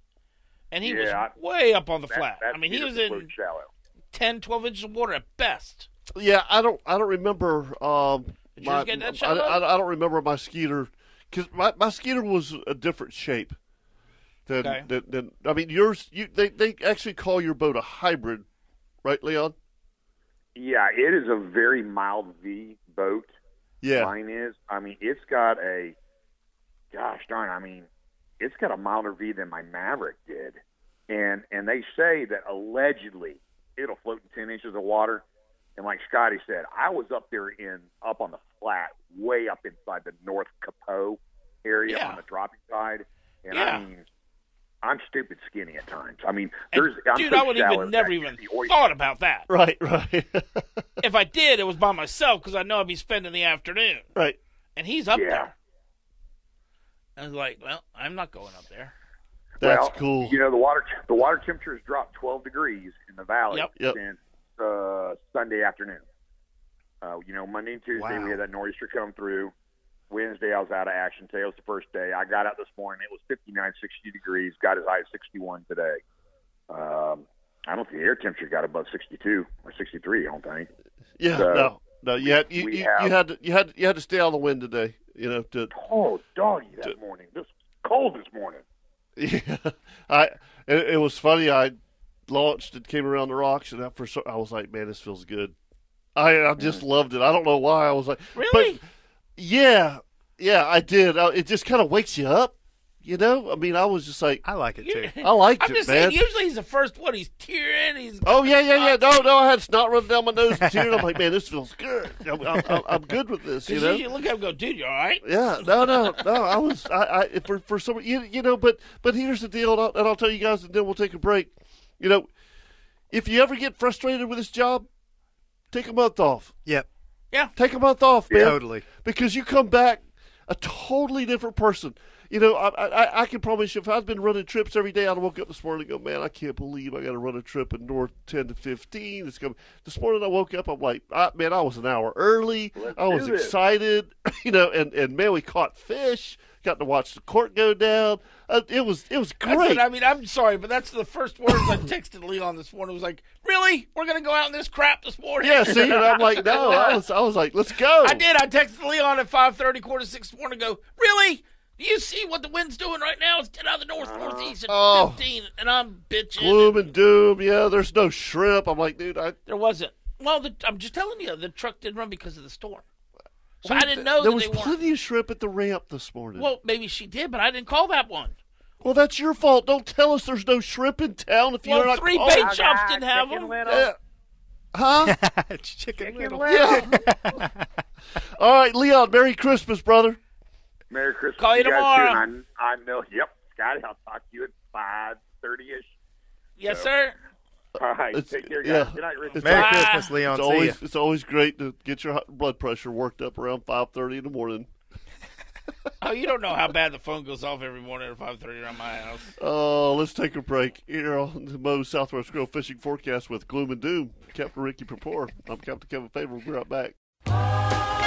S4: And he
S7: Yeah,
S4: was way up on the flat.
S7: That,
S4: I mean, he was
S7: beautiful
S4: in
S7: shallow.
S4: 10, 12 inches of water at best.
S1: yeah, I don't, I don't remember. Um,
S4: Did yours
S1: my,
S4: get that
S1: I,
S4: shallow?
S1: I- I don't remember my skeeter because my, my skeeter was a different shape. Than,
S4: Okay.
S1: than, than I mean, yours. You they they actually call your boat a hybrid, right, Leon?
S7: Yeah, it is a very mild V boat.
S1: Yeah,
S7: Mine is. I mean, it's got a, gosh darn. I mean, it's got a milder V than my Maverick did, and and they say that allegedly it'll float in ten inches of water. And like Scotty said, I was up there in up on the flat, way up inside the North Capot area
S4: Yeah.
S7: on the dropping side, and
S4: Yeah.
S7: I mean. I'm stupid skinny at times. I mean,
S4: And,
S7: there's I'm
S4: dude,
S7: so
S4: I would
S7: shallow
S4: even
S7: that
S4: never
S7: I
S4: even
S7: can't see oysters.
S4: thought about that.
S1: right, right,
S4: If I did, it was by myself because I know I'd be spending the afternoon.
S1: right.
S4: And he's up
S7: Yeah.
S4: there. I was like, well, I'm not going up there.
S1: That's
S7: well,
S1: cool.
S7: You know the water the water temperature has dropped 12 degrees in the valley
S4: Yep.
S1: Yep.
S7: since uh, Sunday afternoon. Uh, you know Monday and Tuesday
S5: Wow.
S7: we had that nor'easter come through. Wednesday I was out of action. Today was the first day. I got out this morning. It was 59, 60 degrees. Got as high as 61 today. Um, I don't think the air temperature got above 62 or 63. I don't think.
S1: Yeah,
S7: So,
S1: no, no. You had you,
S7: we
S1: you, you
S7: have-
S1: had to, you had you had to stay out of the wind today. You know, to
S7: Oh, doggy that morning. This cold this morning.
S1: yeah, I it, it was funny. I launched and came around the rocks, and after so, I was like, man, this feels good. I I
S7: Mm.
S1: just loved it. I don't know why I was like,
S4: Really?
S1: But, yeah, yeah, I did. I, it just kind of wakes you up. You know, I mean, I was just like,
S5: I like it too.
S1: I liked
S4: I'm
S1: it,
S4: just
S1: man.
S4: saying, usually he's the first one. He's tearing. He's
S1: Oh yeah, yeah, yeah. No, no, I had snot running down my nose and tears. I'm like, man, this feels good. I'm, I'm, I'm good with this. You
S4: Because
S1: know,
S4: usually you look at him and go, dude, you all right?
S1: Yeah, no, no, no. I was, I, I for for some, you, you know, but but here's the deal, and I'll, and I'll tell you guys, and then we'll take a break. You know, if you ever get frustrated with this job, take a month off.
S5: Yep,
S1: Take a month off, man.
S5: totally.
S1: Because you come back a totally different person. You know, I, I I can promise you, if I'd been running trips every day, I'd woke up this morning and go, man, I can't believe I got to run a trip in North 10 to 15. It's going This morning I woke up, I'm like, ah, man, I was an hour early. I was
S7: do this.
S1: excited, you know, and, and man, we caught fish. Got to watch the court go down. Uh, it was it was
S4: That's
S1: great.
S4: what- I mean, I'm sorry, but that's the first words I texted Leon this morning. It was like, really? We're going to go out in this crap this morning?
S1: yeah, see, and I'm like, no, I was I was like, let's go.
S4: I did. I texted Leon at 5.30, quarter to 6 this morning, go, really? Do you see what the wind's doing right now? It's 10 out of the north, northeast at
S1: Oh.
S4: 15, and I'm bitching.
S1: Gloom and doom. Yeah, there's no shrimp. I'm like, dude, I
S4: There wasn't. Well, the, I'm just telling you, the truck didn't run because of the storm. So I didn't know
S1: There
S4: that
S1: was
S4: they weren't.
S1: plenty of shrimp at the ramp this morning.
S4: Well, maybe she did, but I didn't call that one.
S1: Well, that's your fault. Don't tell us there's no shrimp in town if you're
S4: well,
S1: not
S4: three
S1: calling.
S4: bait shops didn't have
S7: Chicken
S4: them.
S7: Little.
S1: Yeah. Huh?
S5: It's chicken,
S7: Chicken
S5: little.
S7: Little.
S1: All right, Leon. Merry Christmas, brother.
S7: Merry Christmas.
S4: Call you
S7: guys,
S4: tomorrow.
S7: too, and I, I know. Yep, Scotty. I'll talk to you at five thirty ish.
S4: Yes, sir.
S8: Uh,
S7: All right.
S1: It's-
S7: take care, guys.
S1: yeah.
S7: Good night, Rich.
S1: It's
S5: Merry
S4: Bye.
S5: Christmas, Leon.
S1: It's
S5: See ya.
S1: always it's always great to get your hot blood pressure worked up around five thirty in the morning.
S4: Oh, you don't know how bad the phone goes off every morning at five thirty around my house.
S1: Oh, let's take a break here on the Moe's Southwest Grill Fishing Forecast with Gloom and Doom. Captain Ricky Purpore. I'm Captain Kevin Favor. We'll be right back.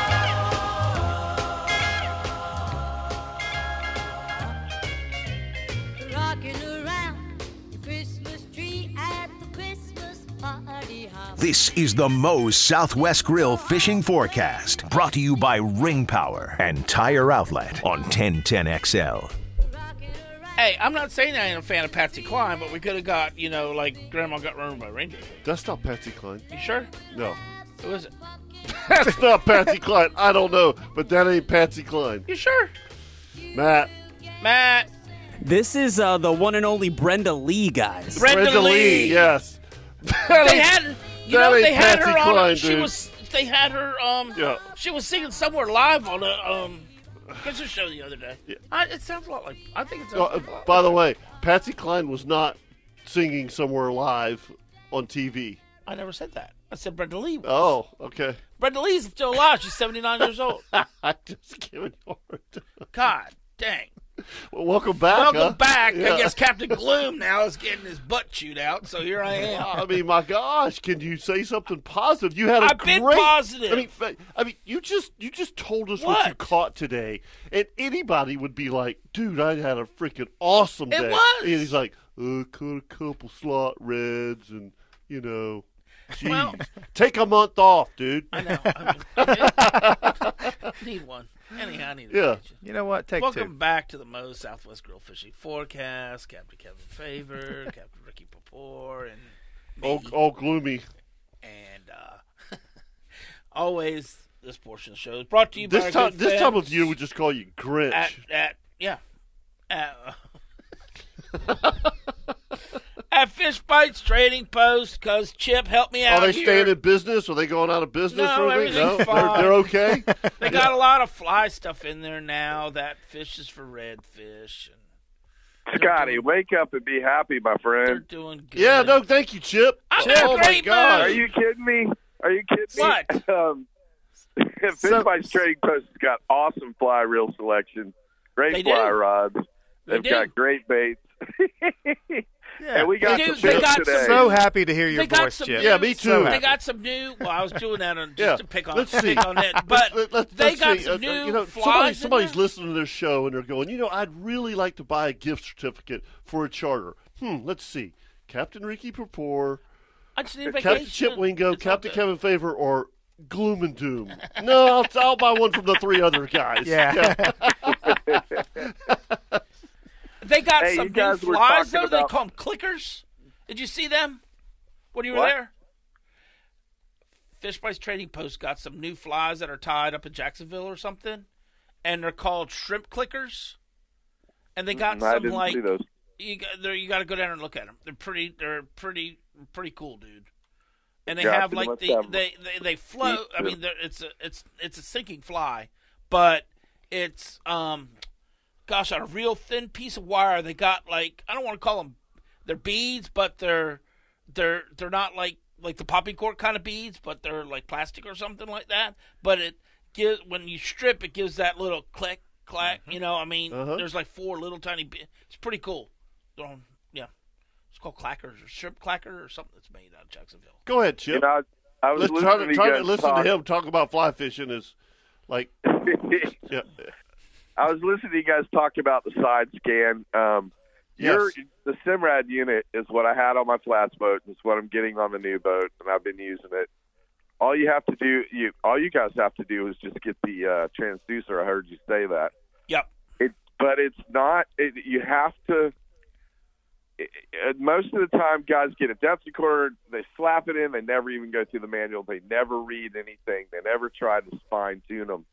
S9: Rocking around the Christmas tree at the Christmas party hop.
S2: This is the Moe's Southwest Grill Fishing Forecast, brought to you by Ring Power and Tire Outlet on 1010XL.
S9: Rocking around.
S4: Hey, I'm not saying I ain't a fan of Patsy Cline, but we could have got, you know, like Grandma got run over by rangers.
S1: That's not Patsy Cline.
S4: You sure?
S1: No.
S4: Who is it?
S1: That's not Patsy Cline. I don't know, but that ain't Patsy Cline.
S4: You sure?
S1: Matt.
S4: Matt.
S6: This is uh, the one and only Brenda Lee, guys.
S4: Brenda Lee.
S1: Yes.
S4: They had, you know,
S1: that ain't
S4: they had
S1: Patsy
S4: her on.
S1: Cline,
S4: she
S1: dude.
S4: was, they had her. Um,
S1: Yeah.
S4: she was singing somewhere live on a um, Christmas show the other day. I, it sounds a lot like. I think it sounds.
S1: Uh,
S4: a lot
S1: by
S4: like-
S1: the way, Patsy Cline was not singing somewhere live on TV.
S4: I never said that. I said Brenda Lee.
S1: Oh, okay.
S4: Brenda Lee's still alive. She's 79 years old.
S1: I just giving you a hard time.
S4: God dang.
S1: Well, welcome back.
S4: Welcome
S1: huh?
S4: back.
S1: Yeah.
S4: I guess Captain Gloom now is getting his butt chewed out, so here I am.
S1: I mean, my gosh! Can you say something positive? You had a
S4: I've been
S1: great-
S4: positive.
S1: I mean, fa- I mean, you just you just told us what, you
S4: What?
S1: caught today, and anybody would be like, "Dude, I had a freaking awesome
S4: It
S1: day."
S4: was.
S1: And he's like, uh, "Caught a couple slot reds, and you know, geez,
S4: Well-
S1: take a month off, dude."
S4: I know. I mean, need one. Anyhow, I need a
S1: Yeah.
S4: picture.
S5: You know what? Take
S4: Welcome
S5: two.
S4: back to the Moe's Southwest Grill Fishing Forecast. Captain Kevin Favor, Captain Ricky Papore, and
S1: All, all gloomy.
S4: and uh, always this portion of the show is brought to you by
S1: This
S4: our
S1: time,
S4: good
S1: this time
S4: friends
S1: of year, we just call you Grinch.
S4: at, at yeah at, uh, at Fish Bites Trading Post. Cause Chip, help me
S1: Are
S4: out
S1: Oh, they
S4: here.
S1: staying in business? Are they going out of business?
S4: No,
S1: or anything? no, they're,
S4: everything's fine.
S1: they're okay.
S4: They got a lot of fly stuff in there now. That fish is for redfish, and
S8: Scotty, wake up and be happy, my
S4: they're
S8: friend.
S4: doing good.
S1: yeah, no, thank you, Chip.
S4: I'm in a
S1: oh my
S4: great
S1: God!
S8: Are you kidding me? Are you kidding me?
S4: What?
S8: Um, Fish
S5: So-
S8: Bites Trading Post has got awesome fly reel selection, great
S4: They do.
S8: fly rods.
S4: They
S8: They've got
S4: do.
S8: great baits. and we got
S4: They do.
S8: some
S4: They
S8: fish
S4: got some-
S8: today.
S5: So happy to hear your
S4: They got
S5: voice,
S4: some
S5: Chip.
S4: new-
S1: Yeah, me too.
S5: So
S4: They
S5: happy.
S4: got some new. Well, I was doing that on, just
S1: Yeah,
S4: to pick on,
S1: let's see.
S4: pick on it, but
S1: Let- let-
S4: they
S1: let's
S4: got
S1: see.
S4: some
S1: Uh,
S4: new
S1: you know,
S4: flies.
S1: somebody-
S4: in
S1: somebody's
S4: there.
S1: listening to their show and they're going, you know, I'd really like to buy a gift certificate for a charter. Hmm, let's see. Captain Ricky Purpore,
S4: I just need a vacation.
S1: Captain Chip Wingo,
S4: It's all
S1: Captain
S4: good.
S1: Kevin Favor, or Gloom and Doom. No, I'll, I'll buy one from the three other guys.
S5: Yeah.
S4: They got
S8: Hey,
S4: some
S8: you guys
S4: new
S8: were
S4: flies though.
S8: talking
S4: They
S8: about-
S4: call them clickers. Did you see them when you were
S8: What?
S4: there? Fish Price Trading Post got some new flies that are tied up in Jacksonville or something, and they're called shrimp clickers. And they got
S8: Mm, I
S4: some
S8: didn't
S4: like
S8: see those.
S4: you got there. You got to go down and look at them. They're pretty. They're pretty. Pretty cool, dude. And they
S8: Yeah, I've
S4: have
S8: been
S4: like
S8: with
S4: the
S8: them.
S4: they, they they float. I
S8: Yeah.
S4: mean, they're- it's a it's it's a sinking fly, but it's um, gosh, on a real thin piece of wire. They got like I don't want to call them they're beads, but they're they're they're not like like the popping cork kind of beads, but they're like plastic or something like that. But it gives when you strip, it gives that little click clack. You know, I mean,
S1: Uh-huh.
S4: there's like four little tiny. Be- it's pretty cool. Um, yeah, it's called clackers or shrimp clacker or something that's made out of Jacksonville.
S1: Go ahead,
S8: You
S1: Chip.
S8: know, I, I was
S1: Let's try
S8: listening
S1: to,
S8: you
S1: try to
S8: guys
S1: listen
S8: talk.
S1: to him talk about fly fishing is like, yeah.
S8: I was listening to you guys talk about the side scan. Um, your
S1: Yes.
S8: the Simrad unit is what I had on my flats boat. and It's what I'm getting on the new boat, and I've been using it. All you have to do, you all you guys have to do is just get the uh, transducer. I heard you say that.
S4: Yep.
S8: It, but it's not. It, you have to. It, it- most of the time, guys get a depth recorder. They slap it in. They never even go through the manual. They never read anything. They never try to fine tune them.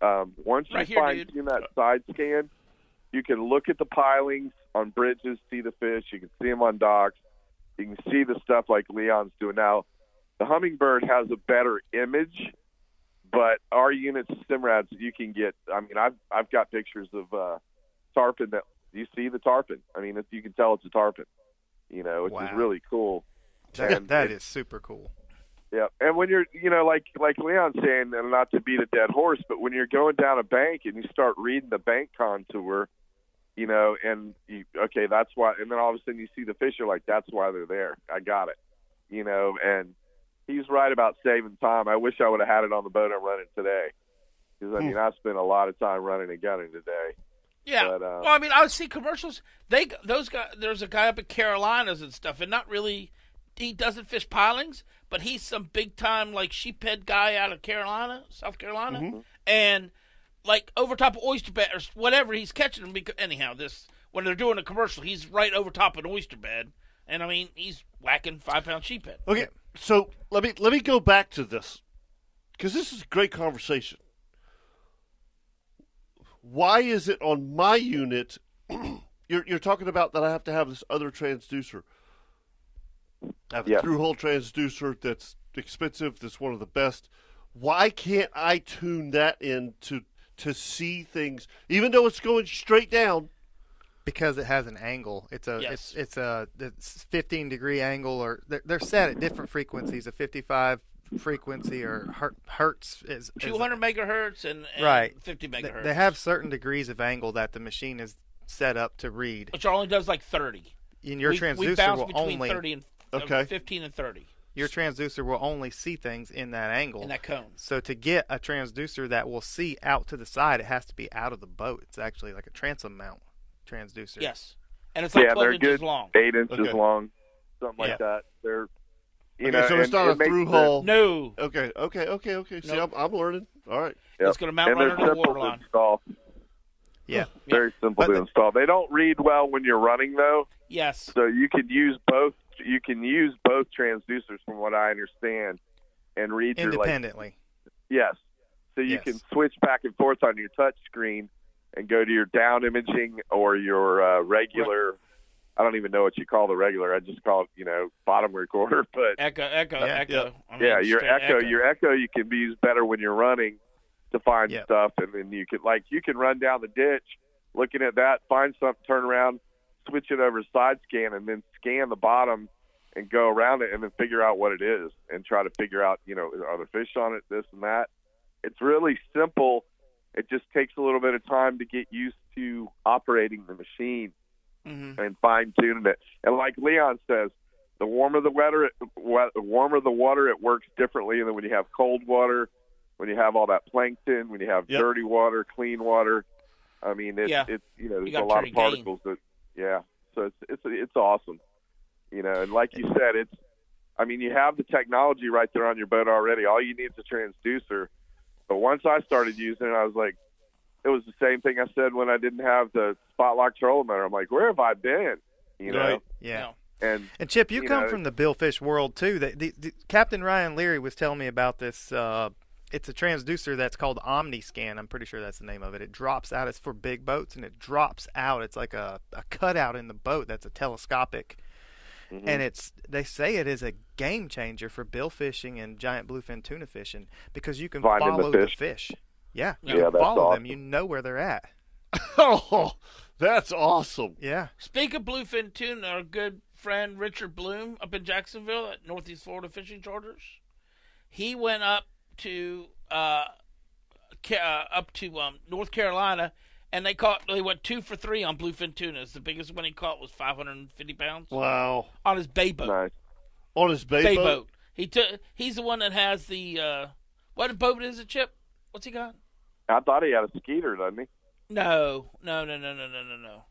S7: Um, once
S4: Right
S7: you
S4: here,
S7: fine
S4: dude.
S7: tune that side scan, you can look at the pilings on bridges, see the fish. You can see them on docks. You can see the stuff like Leon's doing now. The hummingbird has a better image, but our units of Simrads, you can get. I mean, I've I've got pictures of uh, tarpon that you see the tarpon. I mean, if you can tell it's a tarpon, you know, which
S5: Wow.
S7: is really cool.
S5: That,
S7: And
S5: that
S7: it-
S5: is super cool.
S7: Yeah, and when you're, you know, like like Leon's saying, and not to beat a dead horse, but when you're going down a bank and you start reading the bank contour, you know, and you okay, that's why, and then all of a sudden you see the fish, you're like, that's why they're there. I got it, you know, and he's right about saving time. I wish I would have had it on the boat I'm running today, because
S4: Hmm.
S7: I mean I spent a lot of time running and gunning today.
S4: Yeah.
S7: But, uh,
S4: well, I mean, I would see commercials. They those guys. There's a guy up in Carolinas and stuff, and not really. He doesn't fish pilings, but he's some big time like sheephead guy out of Carolina, South Carolina,
S5: Mm-hmm.
S4: and like over top of oyster bed or whatever. He's catching them because anyhow, this when they're doing a commercial, he's right over top an oyster bed, and I mean, he's whacking five pound sheephead.
S1: Okay, so let me let me go back to this because this is a great conversation. Why is it on my unit? you're you're talking about that I have to have this other transducer, I have
S7: Yeah.
S1: a through hole transducer that's expensive. That's one of the best. Why can't I tune that in to to see things, even though it's going straight down?
S5: because it has an angle. It's a
S4: Yes.
S5: it's it's a it's 15 degree angle, or they're, they're set at different frequencies. A 55 frequency or her- hertz is, is-
S4: Two hundred megahertz and, and
S5: right
S4: fifty
S5: They-
S4: megahertz.
S5: They have certain degrees of angle that the machine is set up to read.
S4: which only does like thirty.
S5: And your
S4: we,
S5: transducer
S4: we bounce
S5: will
S4: between
S5: only
S4: thirty and
S1: Okay.
S4: fifteen and thirty
S5: your transducer will only see things in that angle.
S4: in that cone.
S5: so to get a transducer that will see out to the side, it has to be out of the boat. It's actually like a transom mount transducer.
S4: Yes, and it's like
S7: yeah,
S4: twelve
S7: they're
S4: inches
S7: good,
S4: long.
S7: eight inches
S1: Okay.
S7: long, something
S5: Yeah.
S7: like that. They're, you
S1: Okay,
S7: know,
S1: so it's
S7: and
S1: not
S7: it
S1: a
S7: makes
S1: through
S7: the-
S1: hole.
S4: No,
S1: Okay, okay, okay, okay. See,
S4: Nope.
S1: I'm, I'm learning. All right.
S7: Yep.
S4: It's gonna mount
S7: and
S4: right
S7: they're
S4: under the
S7: simple
S4: water line.
S7: To install.
S5: Yeah.
S7: Very simple
S5: But
S7: to
S5: the-
S7: install. They don't read well when you're running though,
S4: yes,
S7: so you could use both. You can use both transducers, from what I understand, and read your like
S5: Independently.
S7: yes. So you
S5: Yes.
S7: can switch back and forth on your touch screen and go to your down imaging or your uh, regular. I don't even know what you call the regular. I just call it, you know, bottom recorder. But
S4: echo, echo,
S5: Yeah.
S4: echo. I mean,
S7: yeah, your
S4: straight
S7: echo, your echo, you can be used better when you're running to find
S5: Yep.
S7: stuff, and then you can like you can run down the ditch, looking at that, find something, turn around, switch it over to side scan, and then scan the bottom and go around it, and then figure out what it is, and try to figure out you know are there fish on it, this and that. It's really simple. It just takes a little bit of time to get used to operating the machine
S4: Mhm.
S7: and fine tuning it. And like Leon says, the warmer the weather, it- wa- the warmer the water, it works differently than when you have cold water, when you have all that plankton, when you have
S1: Yep.
S7: dirty water, clean water. I mean, it's
S4: Yeah.
S7: it's you know there's
S4: gotta
S7: a lot
S4: turn your
S7: of
S4: game.
S7: particles that yeah. So it's it's it's awesome, you know. And like you said, it's I mean you have the technology right there on your boat already. All you need is a transducer. But once I started using it, I was like, it was the same thing I said when I didn't have the spotlock trolling motor. I'm like, where have I been? You know,
S1: Right.
S5: Yeah.
S4: No.
S7: and
S5: And Chip, you,
S7: you
S5: come
S7: know.
S5: from the billfish world too. The, the, the, Captain Ryan Leary was telling me about this. Uh, it's a transducer that's called OmniScan. I'm pretty sure that's the name of it. It drops out. It's for big boats, and it drops out. It's like a, a cutout in the boat that's a telescopic,
S7: Mm-hmm.
S5: and it's they say it is a game changer for bill fishing and giant bluefin tuna fishing because you can
S7: Finding the
S5: follow
S7: fish.
S5: Yeah,
S4: Yeah,
S5: you can
S7: that's
S5: follow
S7: awesome.
S5: them. You know where they're at.
S1: Oh, that's awesome.
S5: Yeah,
S4: Speak of bluefin tuna, our good friend Richard Bloom up in Jacksonville at Northeast Florida Fishing Charters, he went up to uh, Ca- uh up to um, North Carolina, and they caught. They went two for three on bluefin tunas. The biggest one he caught was 550 pounds
S1: Wow.
S4: on his bay boat.
S7: nice.
S1: On his bay,
S4: Bay
S1: boat.
S4: boat. He took. He's the one that has the uh, what boat is it? Chip? What's he got?
S7: I thought he had a skeeter, doesn't he?
S4: No, no, no, no, no, no, no, no.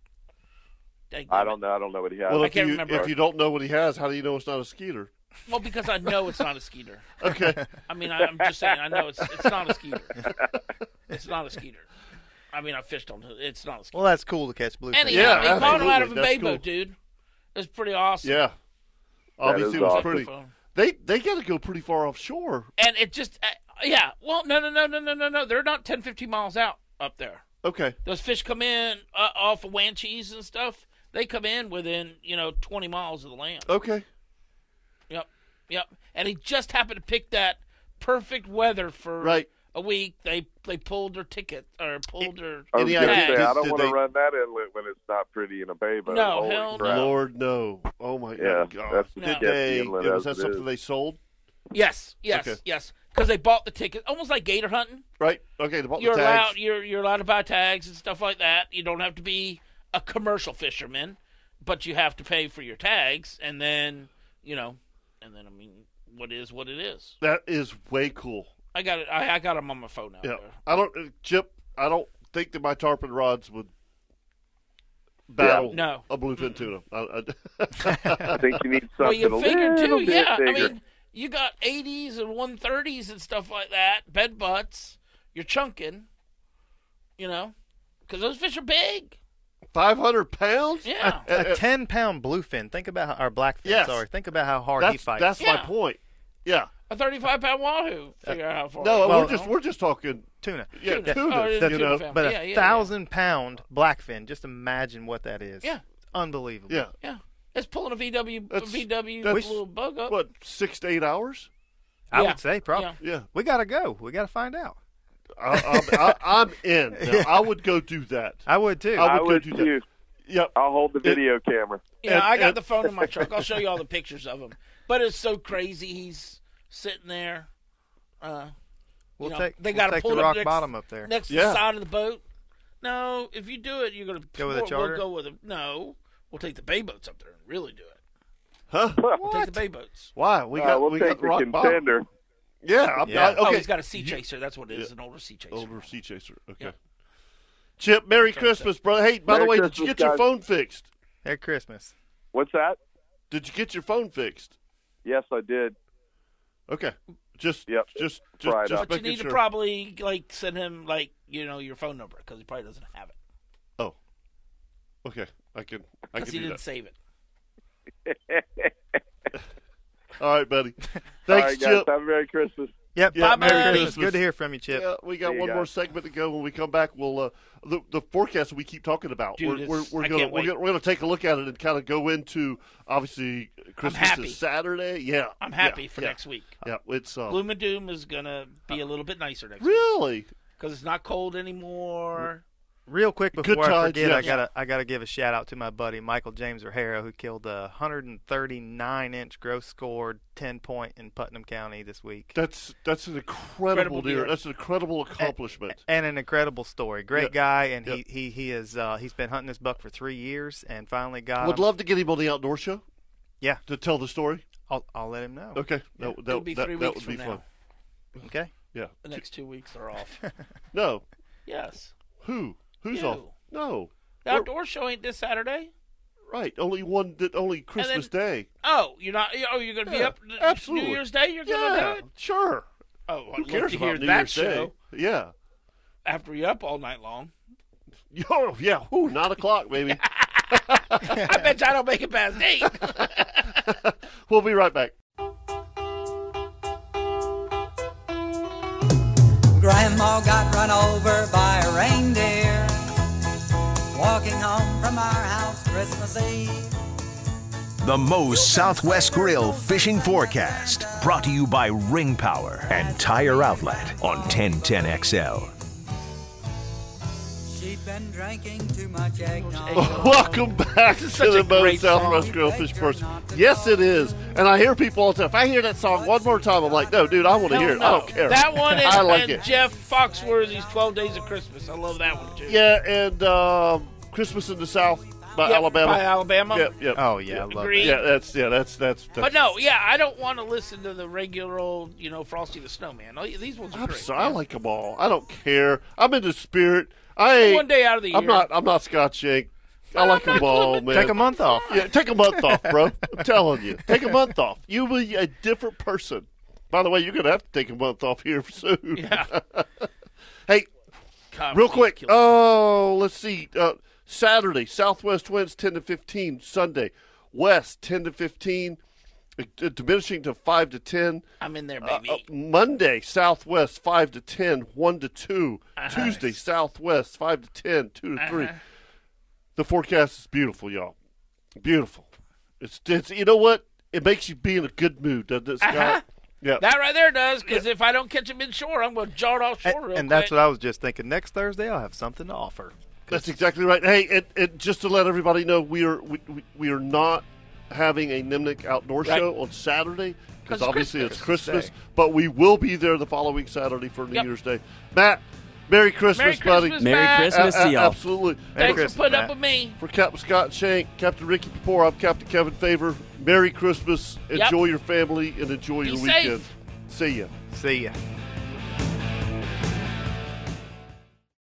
S4: Dang
S7: I
S4: it.
S7: don't know. I don't know what he had.
S1: Well,
S4: I
S1: if
S4: can't
S1: you
S4: remember.
S1: if you don't know what he has, how do you know it's not a skeeter?
S4: Well, because I know it's not a skeeter.
S1: Okay.
S4: I mean, I, I'm just saying. I know it's it's not a skeeter. It's not a skeeter. I mean, I fished on. It's not a skeeter.
S5: well, that's cool to catch bluefin.
S4: Anyhow,
S1: Yeah,
S4: he caught him out of a
S1: absolutely. That's
S4: bay
S1: cool.
S4: boat, dude. It's pretty awesome.
S1: yeah. Obviously, it was
S7: awesome.
S1: pretty.
S4: Phone.
S1: They they got to go pretty far offshore.
S4: And it just, I- yeah. Well, no, no, no, no, no, no, no. They're not 10, 15 miles out up there.
S1: Okay.
S4: Those fish come in uh, off of Wanchese and stuff. They come in within you know 20 miles of the land.
S1: Okay.
S4: Yep. Yep. And he just happened to pick that perfect weather for
S1: Right.
S4: a week. They they pulled their ticket or pulled their
S8: I was
S1: Any
S8: gonna
S4: idea-
S8: say, I
S1: did-
S8: don't
S1: did
S8: want
S1: they-
S8: to run that inlet when it's not pretty in a bay. But
S4: No,
S8: holy
S4: hell no.
S8: crap.
S1: Lord, no. Oh my
S8: Yeah,
S1: God.
S8: that's
S1: Did
S4: No.
S8: yeah,
S1: they?
S8: the inlet
S1: Was
S8: as
S1: that
S8: it
S1: something
S8: is.
S1: they sold?
S4: yes, yes,
S1: Okay.
S4: yes. Because they bought the ticket, almost like gator hunting.
S1: Right. Okay. They bought
S4: You're
S1: the tags.
S4: allowed you're you're allowed to buy tags and stuff like that. You don't have to be a commercial fisherman, but you have to pay for your tags, and then you know, and then I mean, what is what it is.
S1: That is way cool.
S4: I got it. I, I got them on my phone now.
S1: Yeah. I don't, uh, Chip. I don't think that my tarpon rods would battle
S4: No.
S1: a bluefin tuna. I, I,
S8: I think you need
S4: Well,
S8: something
S4: you
S8: a
S4: figure
S8: little
S4: too,
S8: bit
S4: yeah.
S8: bigger.
S4: I mean, you got 80s and 130s and stuff like that, bed butts. You're chunking, you know, because those fish are big.
S1: Five hundred pounds.
S4: Yeah.
S5: A ten-pound bluefin. Think about how, our blackfin.
S1: Yes.
S5: Sorry. Think about how hard he
S1: That's
S5: fights.
S1: that's my
S4: Yeah.
S1: point. Yeah.
S4: A 35 pound wahoo. Figure out how far.
S1: No,
S5: Well-
S1: we're just we're just talking.
S5: tuna.
S1: Yeah,
S4: Tuna.
S1: tuna.
S4: Oh, it is
S1: you
S4: tuna
S1: know.
S4: family.
S5: But
S4: Yeah, yeah,
S5: a
S4: yeah.
S5: thousand-pound blackfin. Just imagine what that is.
S4: Yeah.
S5: It's unbelievable.
S1: Yeah.
S4: Yeah. It's pulling a VW,
S1: That's-
S4: a VW
S1: that's-
S4: little bug up.
S1: What six to eight hours?
S5: I
S4: Yeah.
S5: would say probably.
S4: Yeah.
S1: Yeah.
S5: We gotta go. We gotta find out.
S1: I, I'm, I, I'm in. Now, I would go do that.
S5: I would too.
S1: I
S8: I
S1: would
S8: would
S1: go do that.
S8: too.
S1: Yep.
S8: I'll hold the video camera.
S4: Yeah,
S1: And-
S4: I got
S1: and-
S4: the phone in my truck. I'll show you all the pictures of him. But it's so crazy. He's sitting there. Uh,
S5: we'll
S4: know,
S5: take.
S4: they
S5: we'll
S4: gotta
S5: take
S4: pull
S5: the
S4: up
S5: rock
S4: next-
S5: bottom up there.
S4: next to
S1: Yeah.
S4: the side of the boat. No, if you do it, you're gonna
S5: Go with a
S4: we'll-
S5: charter?
S4: We'll go with a no. We'll take the bay boats up there and really do it.
S1: Huh?
S4: We'll take the bay boats.
S1: Why? We
S8: Uh,
S1: got
S8: we'll
S1: we
S8: take
S1: got
S8: the
S1: rock bottom.
S8: contender.
S1: Yeah. I'm,
S5: Yeah.
S1: I, okay.
S4: Oh, he's got a sea chaser. That's what it is.
S1: Yeah.
S4: An older sea chaser.
S1: Older sea chaser. Okay.
S4: Yeah.
S1: Chip, Merry Christmas, brother. Hey, by the
S8: Merry
S1: way, did you
S8: Christmas,
S1: get your
S8: guys.
S1: phone fixed?
S5: Merry Christmas.
S8: What's that?
S1: Did you get your phone fixed?
S8: Yes, I did.
S1: Okay. Just
S8: Yep.
S1: just just,
S8: Fried
S1: just
S8: up.
S4: but you
S1: making
S4: need
S1: sure.
S4: to probably like send him like you know your phone number because he probably doesn't have it
S1: oh. Okay. I can I can
S4: because he
S1: do
S4: didn't
S1: that.
S4: save it.
S1: All right, buddy. Thanks,
S8: All right, guys.
S1: Chip.
S8: Have a Merry Christmas.
S5: Yep.
S1: Yeah,
S5: Merry
S4: Merry
S5: Christmas.
S1: Christmas.
S5: Good to hear from you, Chip.
S1: Yeah, we got
S8: See you
S1: one more
S8: guys.
S1: segment to go. When we come back, we'll uh, the the forecast we keep talking about.
S4: Dude,
S1: we're we're,
S4: it's-
S1: we're
S4: I
S1: gonna
S4: can't
S1: we're
S4: wait.
S1: gonna, we're gonna take a look at it and kind of go into obviously Christmas
S4: happy.
S1: is Saturday. Yeah,
S4: I'm
S1: yeah,
S4: happy for
S1: yeah,
S4: next week.
S1: Yeah, it's uh,
S4: Bloom and Doom is gonna be a little bit nicer next week
S1: really
S4: because it's not cold anymore.
S5: Real quick before I
S1: tides,
S5: forget, I
S1: yes.
S5: gotta I gotta give a shout out to my buddy Michael James O'Hara who killed a 139 inch gross scored 10 point in Putnam County this week.
S1: that's that's an incredible
S4: Incredible
S1: deer.
S4: deer.
S1: That's an incredible accomplishment.
S5: and an incredible story. Great
S1: Yeah.
S5: guy, and
S1: Yeah.
S5: he he he is uh, he's been hunting this buck for three years and finally
S4: Uh,
S5: got
S1: Would
S4: um,
S5: him.
S1: love to get him on the outdoor show.
S5: Yeah.
S1: to tell the story.
S5: I'll, I'll let him know.
S1: Okay, that that,
S4: It'll be
S1: that,
S4: three
S1: that
S4: weeks
S1: would be
S4: from
S1: fun.
S4: now.
S5: Okay.
S1: Yeah.
S4: The next two weeks are off.
S1: No,
S4: yes,
S1: who who's
S4: You.
S1: off? No,
S4: the outdoor show ain't this Saturday.
S1: right. Only one. that Only Christmas Day.
S4: Oh, you're not. Oh, you're gonna be
S1: Yeah,
S4: up n-
S1: absolutely.
S4: New Year's Day. You're gonna
S1: Yeah,
S4: do it.
S1: sure.
S4: Oh, I'd
S1: Who
S4: love
S1: cares
S4: to
S1: about
S4: hear
S1: New
S4: that
S1: Year's
S4: show
S1: Day? Yeah.
S4: after you're up all night long.
S1: Oh, yeah. Ooh, nine o'clock, baby.
S4: I bet you I don't make it past eight.
S1: we'll be right back.
S10: Grandma got run over by a reindeer walking home from our house Christmas Eve.
S2: The Moe's Southwest Grill Fishing Forecast, brought to you by Ring Power and Tire Outlet on 1010XL.
S10: She'd been drinking too much eggnog.
S1: Welcome back
S4: is
S1: to
S4: such
S1: the
S4: a
S1: Bone
S4: great song.
S1: Southwest Grill Fish Person. Yes, it is. And I hear people all the time. If I hear that song one more time, I'm like, no, dude, I want to hear it. I don't care.
S4: That one
S1: I
S4: and,
S1: like
S4: and
S1: it.
S4: Jeff Foxworthy's Twelve Days of Christmas. I love that one too.
S1: Yeah, and um, Christmas in the South by
S4: Yep,
S1: Alabama.
S4: By Alabama.
S1: Yep, yep.
S5: Oh yeah, I love
S4: Agree.
S1: Yeah, that's yeah, that's that's. that's
S4: But no, yeah, I don't want to listen to the regular old, you know, Frosty the Snowman. Oh, yeah, These ones are
S1: I'm
S4: great.
S1: sorry, I like them all. I don't care. I'm in the spirit. I ain't,
S4: One day out of the
S1: I'm
S4: year.
S1: not. I'm not Scotch Yank. I like them all, man.
S5: that. Take a month off.
S1: Yeah, take a month off, bro. I'm telling you, take a month off. You will be a different person. By the way, you're gonna have to take a month off here soon.
S4: Yeah.
S1: Hey,
S4: God,
S1: real
S4: please
S1: quick.
S4: kill me.
S1: Oh, let's see. Uh, Saturday, Southwest winds ten to fifteen. Sunday, West ten to fifteen. uh, diminishing to five to ten.
S4: I'm in there,
S1: baby. Uh, Monday Southwest five to ten, one to 2 Tuesday Southwest five to ten, two to three.
S4: Uh-huh.
S1: The forecast is beautiful, y'all. Beautiful. It's, it's you know what? It makes you be in a good mood, doesn't it, Scott?
S4: Uh-huh.
S1: Yeah.
S4: That right there does, because if I don't catch him in shore, I'm going to jar it offshore real quick.
S5: And that's what I was just thinking. Next Thursday, I'll have something to offer.
S1: That's exactly right. Hey, and, and just to let everybody know, we are we, we- we are not having a Nimnik outdoor
S4: Right.
S1: show on Saturday
S4: 'Cause
S1: because
S4: it's
S1: obviously it's
S4: Christmas.
S1: Christmas, but we will be there the following Saturday for New
S4: Yep.
S1: Year's Day. Matt, Merry Christmas, buddy.
S4: Christmas, Merry Matt. Christmas
S1: A- a-
S4: to y'all.
S1: Absolutely.
S4: Thanks for putting up with me.
S1: For Captain Scott Shank, Captain Ricky Papore, I'm Captain Kevin Favor. Merry Christmas.
S4: Yep.
S1: Enjoy your family and enjoy
S4: Be
S1: your
S4: safe.
S1: weekend. See ya.
S5: See ya.